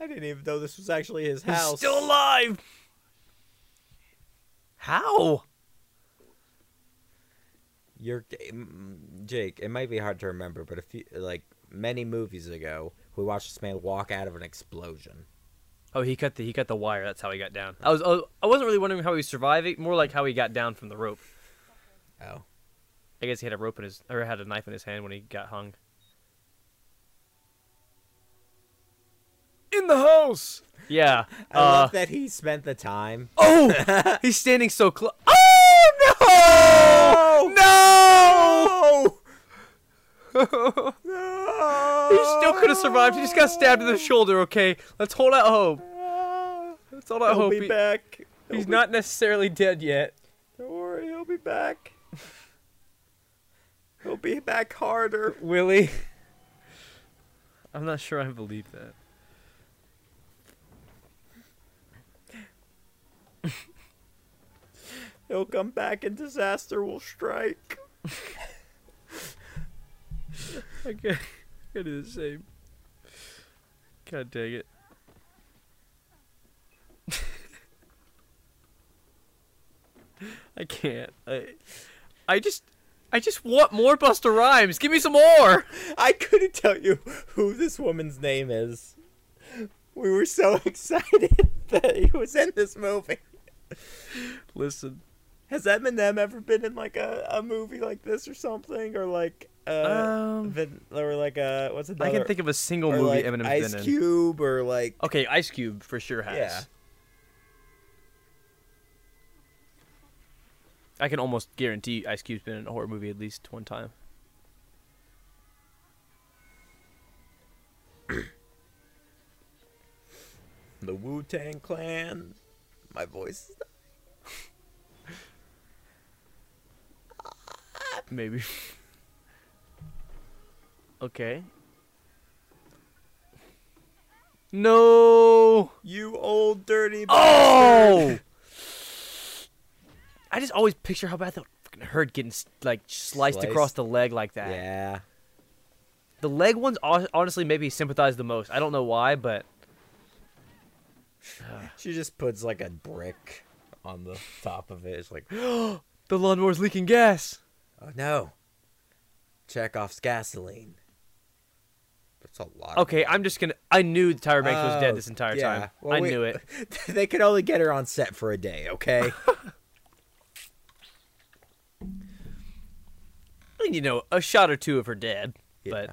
S6: swear.
S2: I didn't even know this was actually his house.
S1: He's still alive. How?
S2: You're mm, Jake. It might be hard to remember, but a few like many movies ago, we watched this man walk out of an explosion.
S1: Oh, he cut the he cut the wire. That's how he got down. I was oh, I wasn't really wondering how he was surviving. More like how he got down from the rope.
S2: Oh,
S1: I guess he had a rope in his or had a knife in his hand when he got hung. In the house. Yeah.
S2: I
S1: uh,
S2: love that he spent the time.
S1: oh, he's standing so close. Oh no! No! No! he still could have survived. He just got stabbed in the shoulder. Okay, let's hold out hope. Let's hold out
S2: He'll
S1: hope.
S2: be
S1: He-
S2: back.
S1: He's not necessarily dead yet.
S2: be back. He'll be back harder.
S1: Willie. I'm not sure I believe that.
S2: He'll come back and disaster will strike.
S1: Okay. I do the same. God dang it. I can't. I, I just I just want more Buster Rhymes. Give me some more.
S2: I couldn't tell you who this woman's name is. We were so excited that he was in this movie.
S1: Listen.
S2: Has Eminem ever been in like a, a movie like this or something, or like uh,
S1: Um,
S2: vin- or like uh, what's another?
S1: I can think of a single
S2: or
S1: movie
S2: like
S1: Eminem's
S2: Ice
S1: been in. Oh.
S2: Cube or like
S1: Okay, Ice Cube for sure has.
S2: Yeah.
S1: I can almost guarantee Ice Cube's been in a horror movie at least one time.
S2: the Wu Tang Clan. My voice. is-
S1: Maybe. okay. No.
S2: You old dirty.
S1: Oh! I just always picture how bad that fucking hurt getting s- like sliced,
S2: Sliced?
S1: across the leg like that.
S2: Yeah.
S1: The leg ones hon- honestly maybe sympathize the most. I don't know why, but
S2: She just puts like a brick on the top of it. It's like,
S1: the lawnmower's leaking gas.
S2: oh no. Chekhov's gasoline. That's a lot. of-
S1: Okay, I'm just gonna. I knew Tyra Banks was
S2: Oh,
S1: dead this entire
S2: yeah.
S1: time.
S2: Well,
S1: I
S2: we-
S1: knew it.
S2: they could only get her on set for a day, okay?
S1: And, you know, a shot or two of her dead, but
S2: Yeah.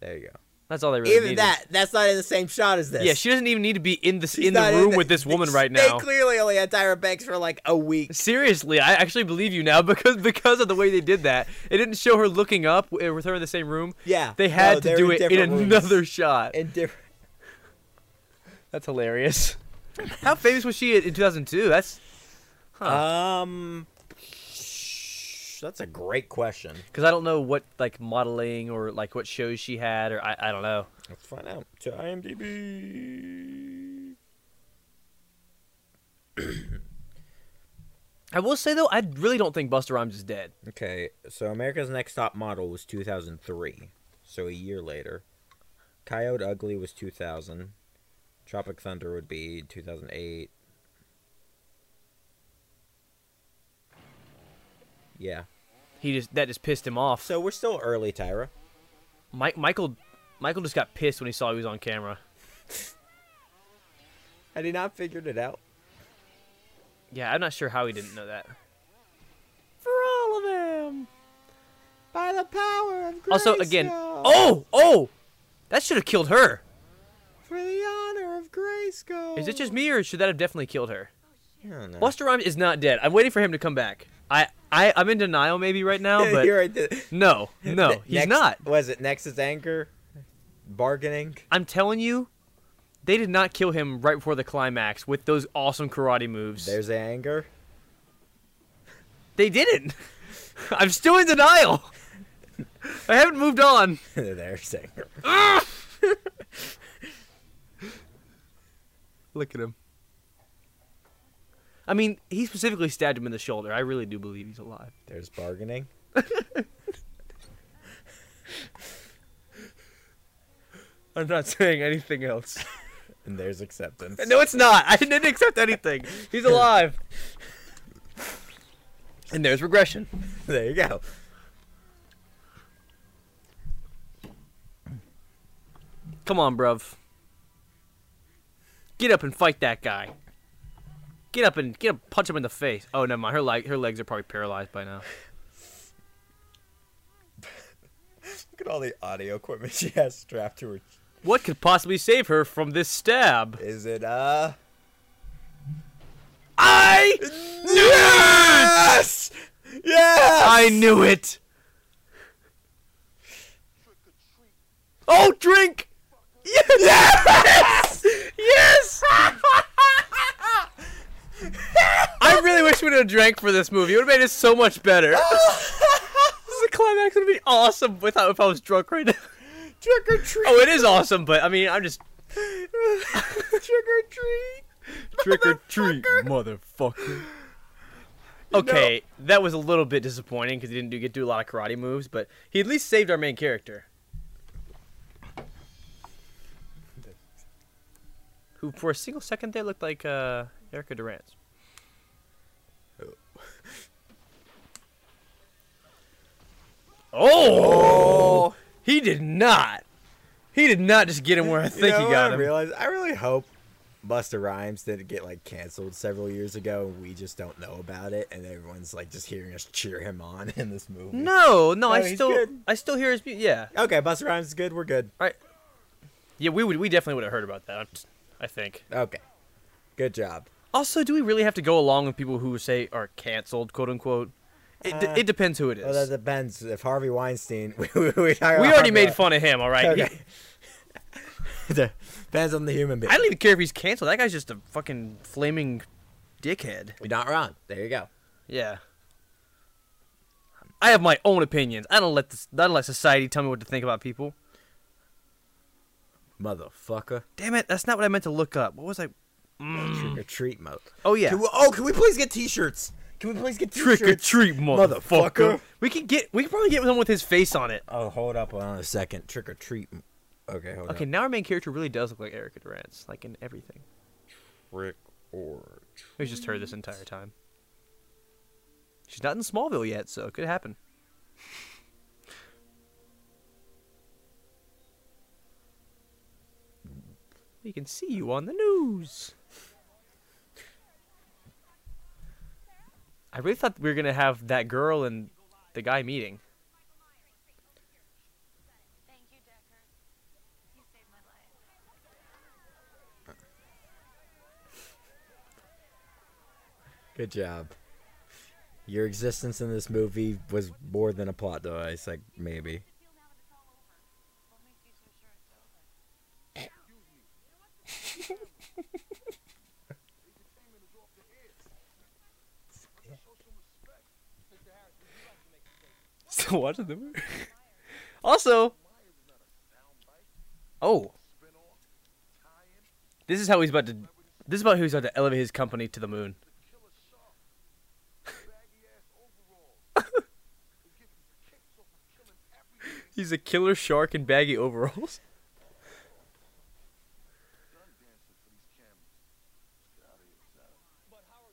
S2: there you go.
S1: that's all they really
S2: Even
S1: needed.
S2: that, that's not in the same shot as this.
S1: Yeah, she doesn't even need to be in this
S2: She's
S1: in the
S2: not
S1: room
S2: the-
S1: with this woman
S2: they-
S1: right now.
S2: They clearly only had Tyra Banks for like a week.
S1: Seriously, I actually believe you now because because of the way they did that. It didn't show her looking up w- with her in the same room.
S2: Yeah,
S1: They
S2: no,
S1: had to
S2: they're
S1: do it
S2: in
S1: in
S2: different rooms.
S1: another shot.
S2: And different.
S1: That's hilarious. How famous was she in in 2002? That's
S2: Um, that's a great question.
S1: because I don't know what like modeling or like what shows she had or I, I don't know.
S2: Let's find out. To IMDb.
S1: I will say though, I really don't think Buster Rhymes is dead.
S2: Okay, so America's Next Top Model was 2003, so a year later. Coyote Ugly was 2000. Tropic Thunder would be 2008. Yeah.
S1: He just that just pissed him off.
S2: So we're still early, Tyra.
S1: Mike Michael Michael just got pissed when he saw he was on camera.
S2: Had he not figured it out?
S1: Yeah, I'm not sure how he didn't know that.
S2: For all of them! By the power of grace.
S1: Also, again, oh, oh, that should have killed her.
S2: For the honor of Grayskull!
S1: Is it just me, or should that have definitely killed her?
S2: I don't know.
S1: Buster Rhymes is not dead. I'm waiting for him to come back. I, I, I'm in denial maybe right now, but
S2: You're right, the-
S1: no, no,
S2: Ne-
S1: he's
S2: next-
S1: not.
S2: Was it Nexus Anger? Bargaining?
S1: I'm telling you, they did not kill him right before the climax with those awesome karate moves.
S2: There's the anger.
S1: They didn't. I'm still in denial. I haven't moved on.
S2: There's anger.
S1: Look at him. I mean, he specifically stabbed him in the shoulder. I really do believe he's alive.
S2: There's bargaining.
S1: I'm not saying anything else.
S2: And there's acceptance.
S1: No, it's not. I didn't accept anything. He's alive. and there's regression.
S2: There you go.
S1: Come on, bruv. Get up and fight that guy. Get up and get up, punch him in the face. Oh, never mind. Her leg, her legs are probably paralyzed by now.
S2: Look at all the audio equipment she has strapped to her.
S1: What could possibly save her from this stab?
S2: Is it uh?
S1: I
S2: Yes! Yes!
S1: I knew it. Oh, drink! Yes! Yes! I really wish wish we would have drank for this movie. It would have made it so much better. the climax would have been awesome without if I was drunk right now.
S2: Trick or treat.
S1: Oh, it is awesome, but I mean, I'm just
S2: Trick or treat.
S1: trick or treat, motherfucker. Okay, that was a little bit disappointing because he didn't do, get to do a lot of karate moves, but he at least saved our main character, who for a single second there looked like uh, Erica Durant. Oh,
S2: Oh,
S1: he did not. He did not just get him where I think
S2: you know
S1: he
S2: what
S1: got
S2: I
S1: him.
S2: realized? I really hope Buster Rhymes didn't get like canceled several years ago, and we just don't know about it, and everyone's like just hearing us cheer him on in this movie.
S1: No, no, I
S2: he's
S1: still,
S2: good.
S1: I still hear his. mu- Yeah,
S2: Okay, Buster Rhymes is good. We're good.
S1: yeah, we would, we definitely would have heard about that. I'm t- I think.
S2: Okay, good job.
S1: Also, do we really have to go along with people who say are canceled, quote unquote? It, d-
S2: Uh,
S1: it depends who it is.
S2: Well, that depends. If Harvey Weinstein, we, we, we,
S1: we already made fun of him. All right. He-
S2: Okay. depends on the human being.
S1: I don't even care if he's canceled. That guy's just a fucking flaming dickhead.
S2: You're not wrong. There you go.
S1: Yeah. I have my own opinions. I don't let this, I don't let society tell me what to think about people.
S2: Motherfucker.
S1: Damn it, that's not what I meant to look up. What was I?
S2: Trick or treat mode.
S1: Oh yeah.
S2: Can we- oh, can we please get t-shirts? Can we please get t-shirts?
S1: Trick or treat, motherfucker.
S2: Motherfucker.
S1: We could get. We could probably get one with his face on it.
S2: Oh, hold up on a second. Trick or treat. m- Okay, hold
S1: Okay,
S2: up.
S1: now our main character really does look like Erica Durant's, like in everything.
S2: Trick or
S1: It was just her this entire time. She's not in Smallville yet, so it could happen. We can see you on the news. I really thought we were gonna have that girl and the guy meeting.
S5: Thank you, Decker. You saved my life.
S2: Good job. Your existence in this movie was more than a plot device, like maybe.
S5: Feel now that it's all over. What makes you so sure it's over?
S1: Still watching the movie. also, oh, this is how he's about to. This is about how he's about to elevate his company to the moon. he's a killer shark in baggy overalls.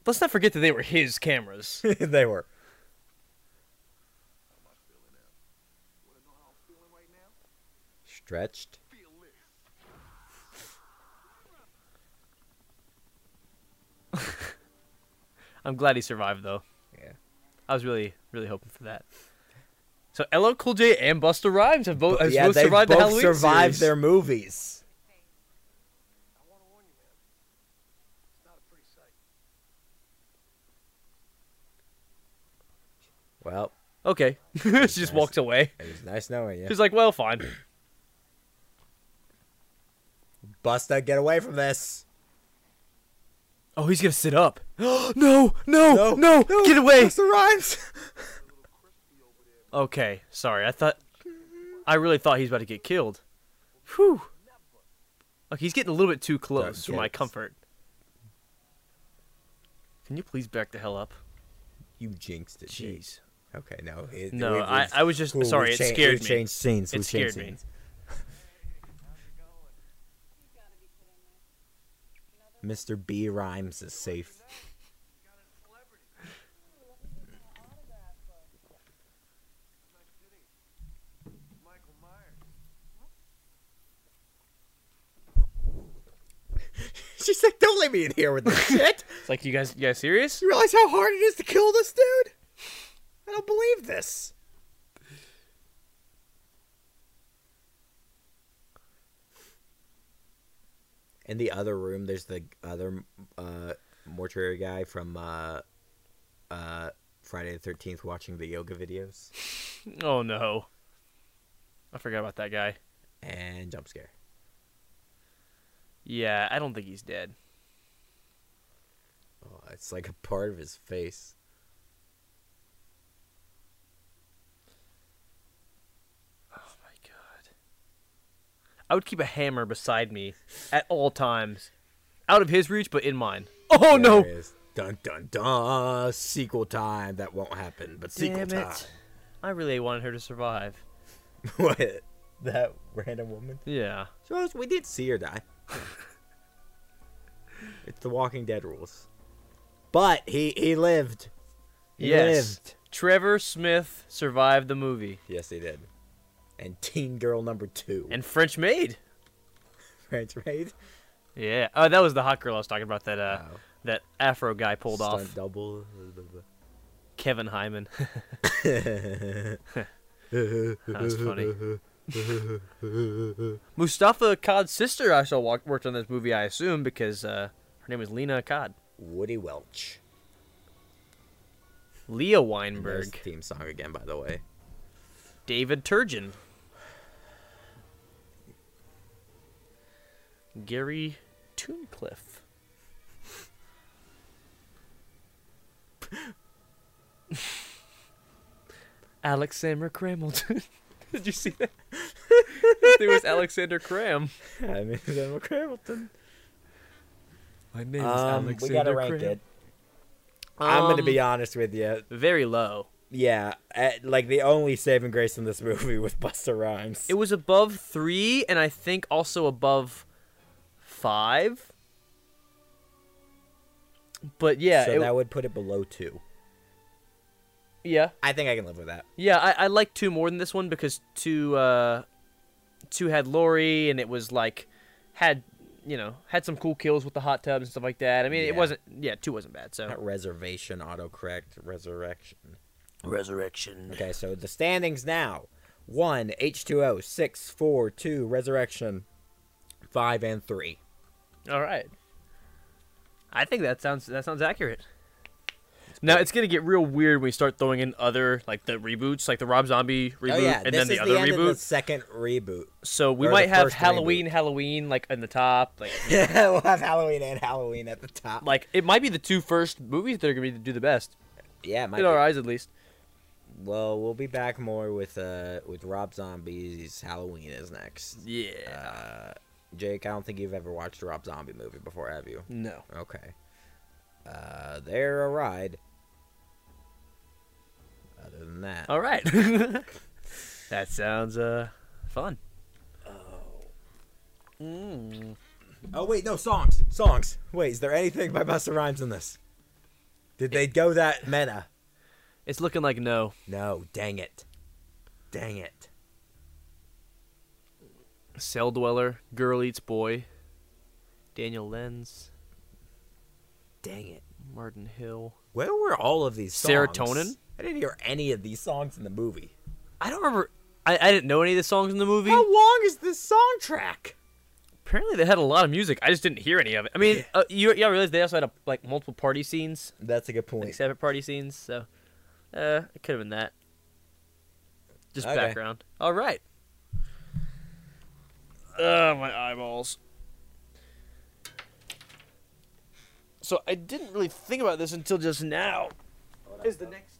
S1: Let's not forget that they were his cameras.
S2: they were. Stretched.
S1: I'm glad he survived though.
S2: Yeah.
S1: I was really, really hoping for that. So LL Cool J and Busta Rhymes have both, have
S2: yeah,
S1: both
S2: they
S1: survived
S2: both
S1: the Halloween
S2: survived
S1: series.
S2: their movies.
S4: I want to warn you, man. It's not a pretty sight.
S2: Well,
S1: Okay, she just walks away.
S2: it was nice knowing you.
S1: She's like, "Well, fine."
S2: Busta, get away from this.
S1: Oh, he's gonna sit up. no, no, no, get away!
S2: Busta Rhymes.
S1: Okay, sorry. I thought, I really thought he was about to get killed. Whew. Like he's getting a little bit too close for
S2: get
S1: my
S2: it.
S1: comfort. Can you please back the hell up?
S2: you jinxed it. dude.
S1: Jeez.
S2: Okay, no. It,
S1: No,
S2: we've-
S1: I,
S2: we've-
S1: I was just
S2: we've
S1: sorry. It
S2: cha-
S1: scared
S2: we've
S1: me.
S2: changed scenes.
S1: It
S2: we've changed
S1: scared me.
S2: scenes. Mr. B Rhymes is safe.
S4: Not kidding. Michael Myers.
S2: She's like, don't let me in here with this shit.
S1: It's like you guys, you guys serious?
S2: You realize how hard it is to kill this dude? I don't believe this. In the other room, there's the other uh, mortuary guy from uh, uh, Friday the 13th watching the yoga videos
S1: Oh no. I forgot about that guy.
S2: and jump scare.
S1: Yeah, I don't think he's dead.
S2: Oh, I It's like a part of his face.
S1: Oh my god. I would keep a hammer beside me at all times. Out of his reach, but in mine. Oh no!
S2: There it is. Dun dun dun! Sequel time. That won't happen. But sequel
S1: Damn
S2: time.
S1: it. I really wanted her to survive.
S2: what? That random woman.
S1: Yeah.
S2: So we did see her die. it's the Walking Dead rules. But he he lived. He
S1: Yes.
S2: lived.
S1: Trevor Smith survived the movie.
S2: Yes, he did. And Teen Girl number two.
S1: And French Maid.
S2: French Maid.
S1: Yeah. Oh, that was the hot girl I was talking about that uh
S2: Wow.
S1: that afro guy pulled
S2: Stunt
S1: off.
S2: double.
S1: Kevin Hyman.
S2: That's
S1: funny. Mustafa Cod's sister I saw walk, worked on this movie, I assume, because uh, her name was Lena Cod.
S2: Woody Welch.
S1: Leah
S2: There's the
S1: Weinberg.
S2: theme song again, by the way.
S1: David Turgeon. Gary Tooncliffe. Alexander Cramilton. Did you see that? it was Alexander Cram.
S2: I mean, Daniel Crampton.
S1: My name
S2: Um, we gotta rank it. I'm gonna be honest with you.
S1: Um, Very low.
S2: Yeah, uh like the only saving grace in this movie was Buster Rhymes.
S1: It was above three, and I think also above five. But yeah,
S2: so
S1: it-
S2: that would put it below two.
S1: yeah,
S2: I think I can live with that.
S1: yeah. I, I like two more than this one because two, uh, two had Lori, and it was like had you know had some cool kills with the hot tubs and stuff like that. I mean,
S2: Yeah.
S1: it wasn't yeah, two wasn't bad.
S2: Not
S1: So
S2: reservation, autocorrect, resurrection.
S1: resurrection.
S2: Okay, so the standings now: one, H two O, six, four, two, resurrection, five, and three.
S1: All right. I think that sounds that sounds accurate. Now it's gonna get real weird when we start throwing in other like the reboots, like the Rob Zombie reboot,
S2: oh yeah,
S1: and then
S2: this
S1: the
S2: is
S1: other
S2: the end
S1: reboot.
S2: of the second reboot.
S1: So we
S2: or
S1: might
S2: the
S1: have
S2: first
S1: Halloween,
S2: reboot.
S1: Halloween like in the top, like
S2: we'll have Halloween and Halloween at the top.
S1: like it might be the two first movies that are gonna be do the best
S2: yeah, it might
S1: in
S2: be.
S1: our eyes at least.
S2: Well, we'll be back more with uh with Rob Zombie's Halloween is next.
S1: Yeah.
S2: Uh, Jake, I don't think you've ever watched a Rob Zombie movie before, have you?
S1: No.
S2: Okay. Uh, they're a ride. Other than that,
S1: All right. that sounds uh fun. Oh. Mm.
S2: Oh wait, no songs. Songs. Wait, is there anything by Busta Rhymes in this? Did they go that meta?
S1: It's looking like no.
S2: No, dang it. Dang it.
S1: Cell dweller, girl eats boy. Daniel Lenz,
S2: Dang it.
S1: Martin Hill.
S2: Where were all of these songs?
S1: Serotonin?
S2: I didn't hear any of these songs in the movie.
S1: I don't remember. I, I didn't know any of the songs in the movie.
S2: How long is this song track?
S1: Apparently, they had a lot of music. I just didn't hear any of it. I mean, uh, you yeah, I realized they also had a, like multiple party scenes,
S2: That's a good
S1: like
S2: point.
S1: separate party scenes. So, uh, it could have been that. Just
S2: Okay.
S1: background. All right. Ugh, my eyeballs. So I didn't really think about this until just now. Is the next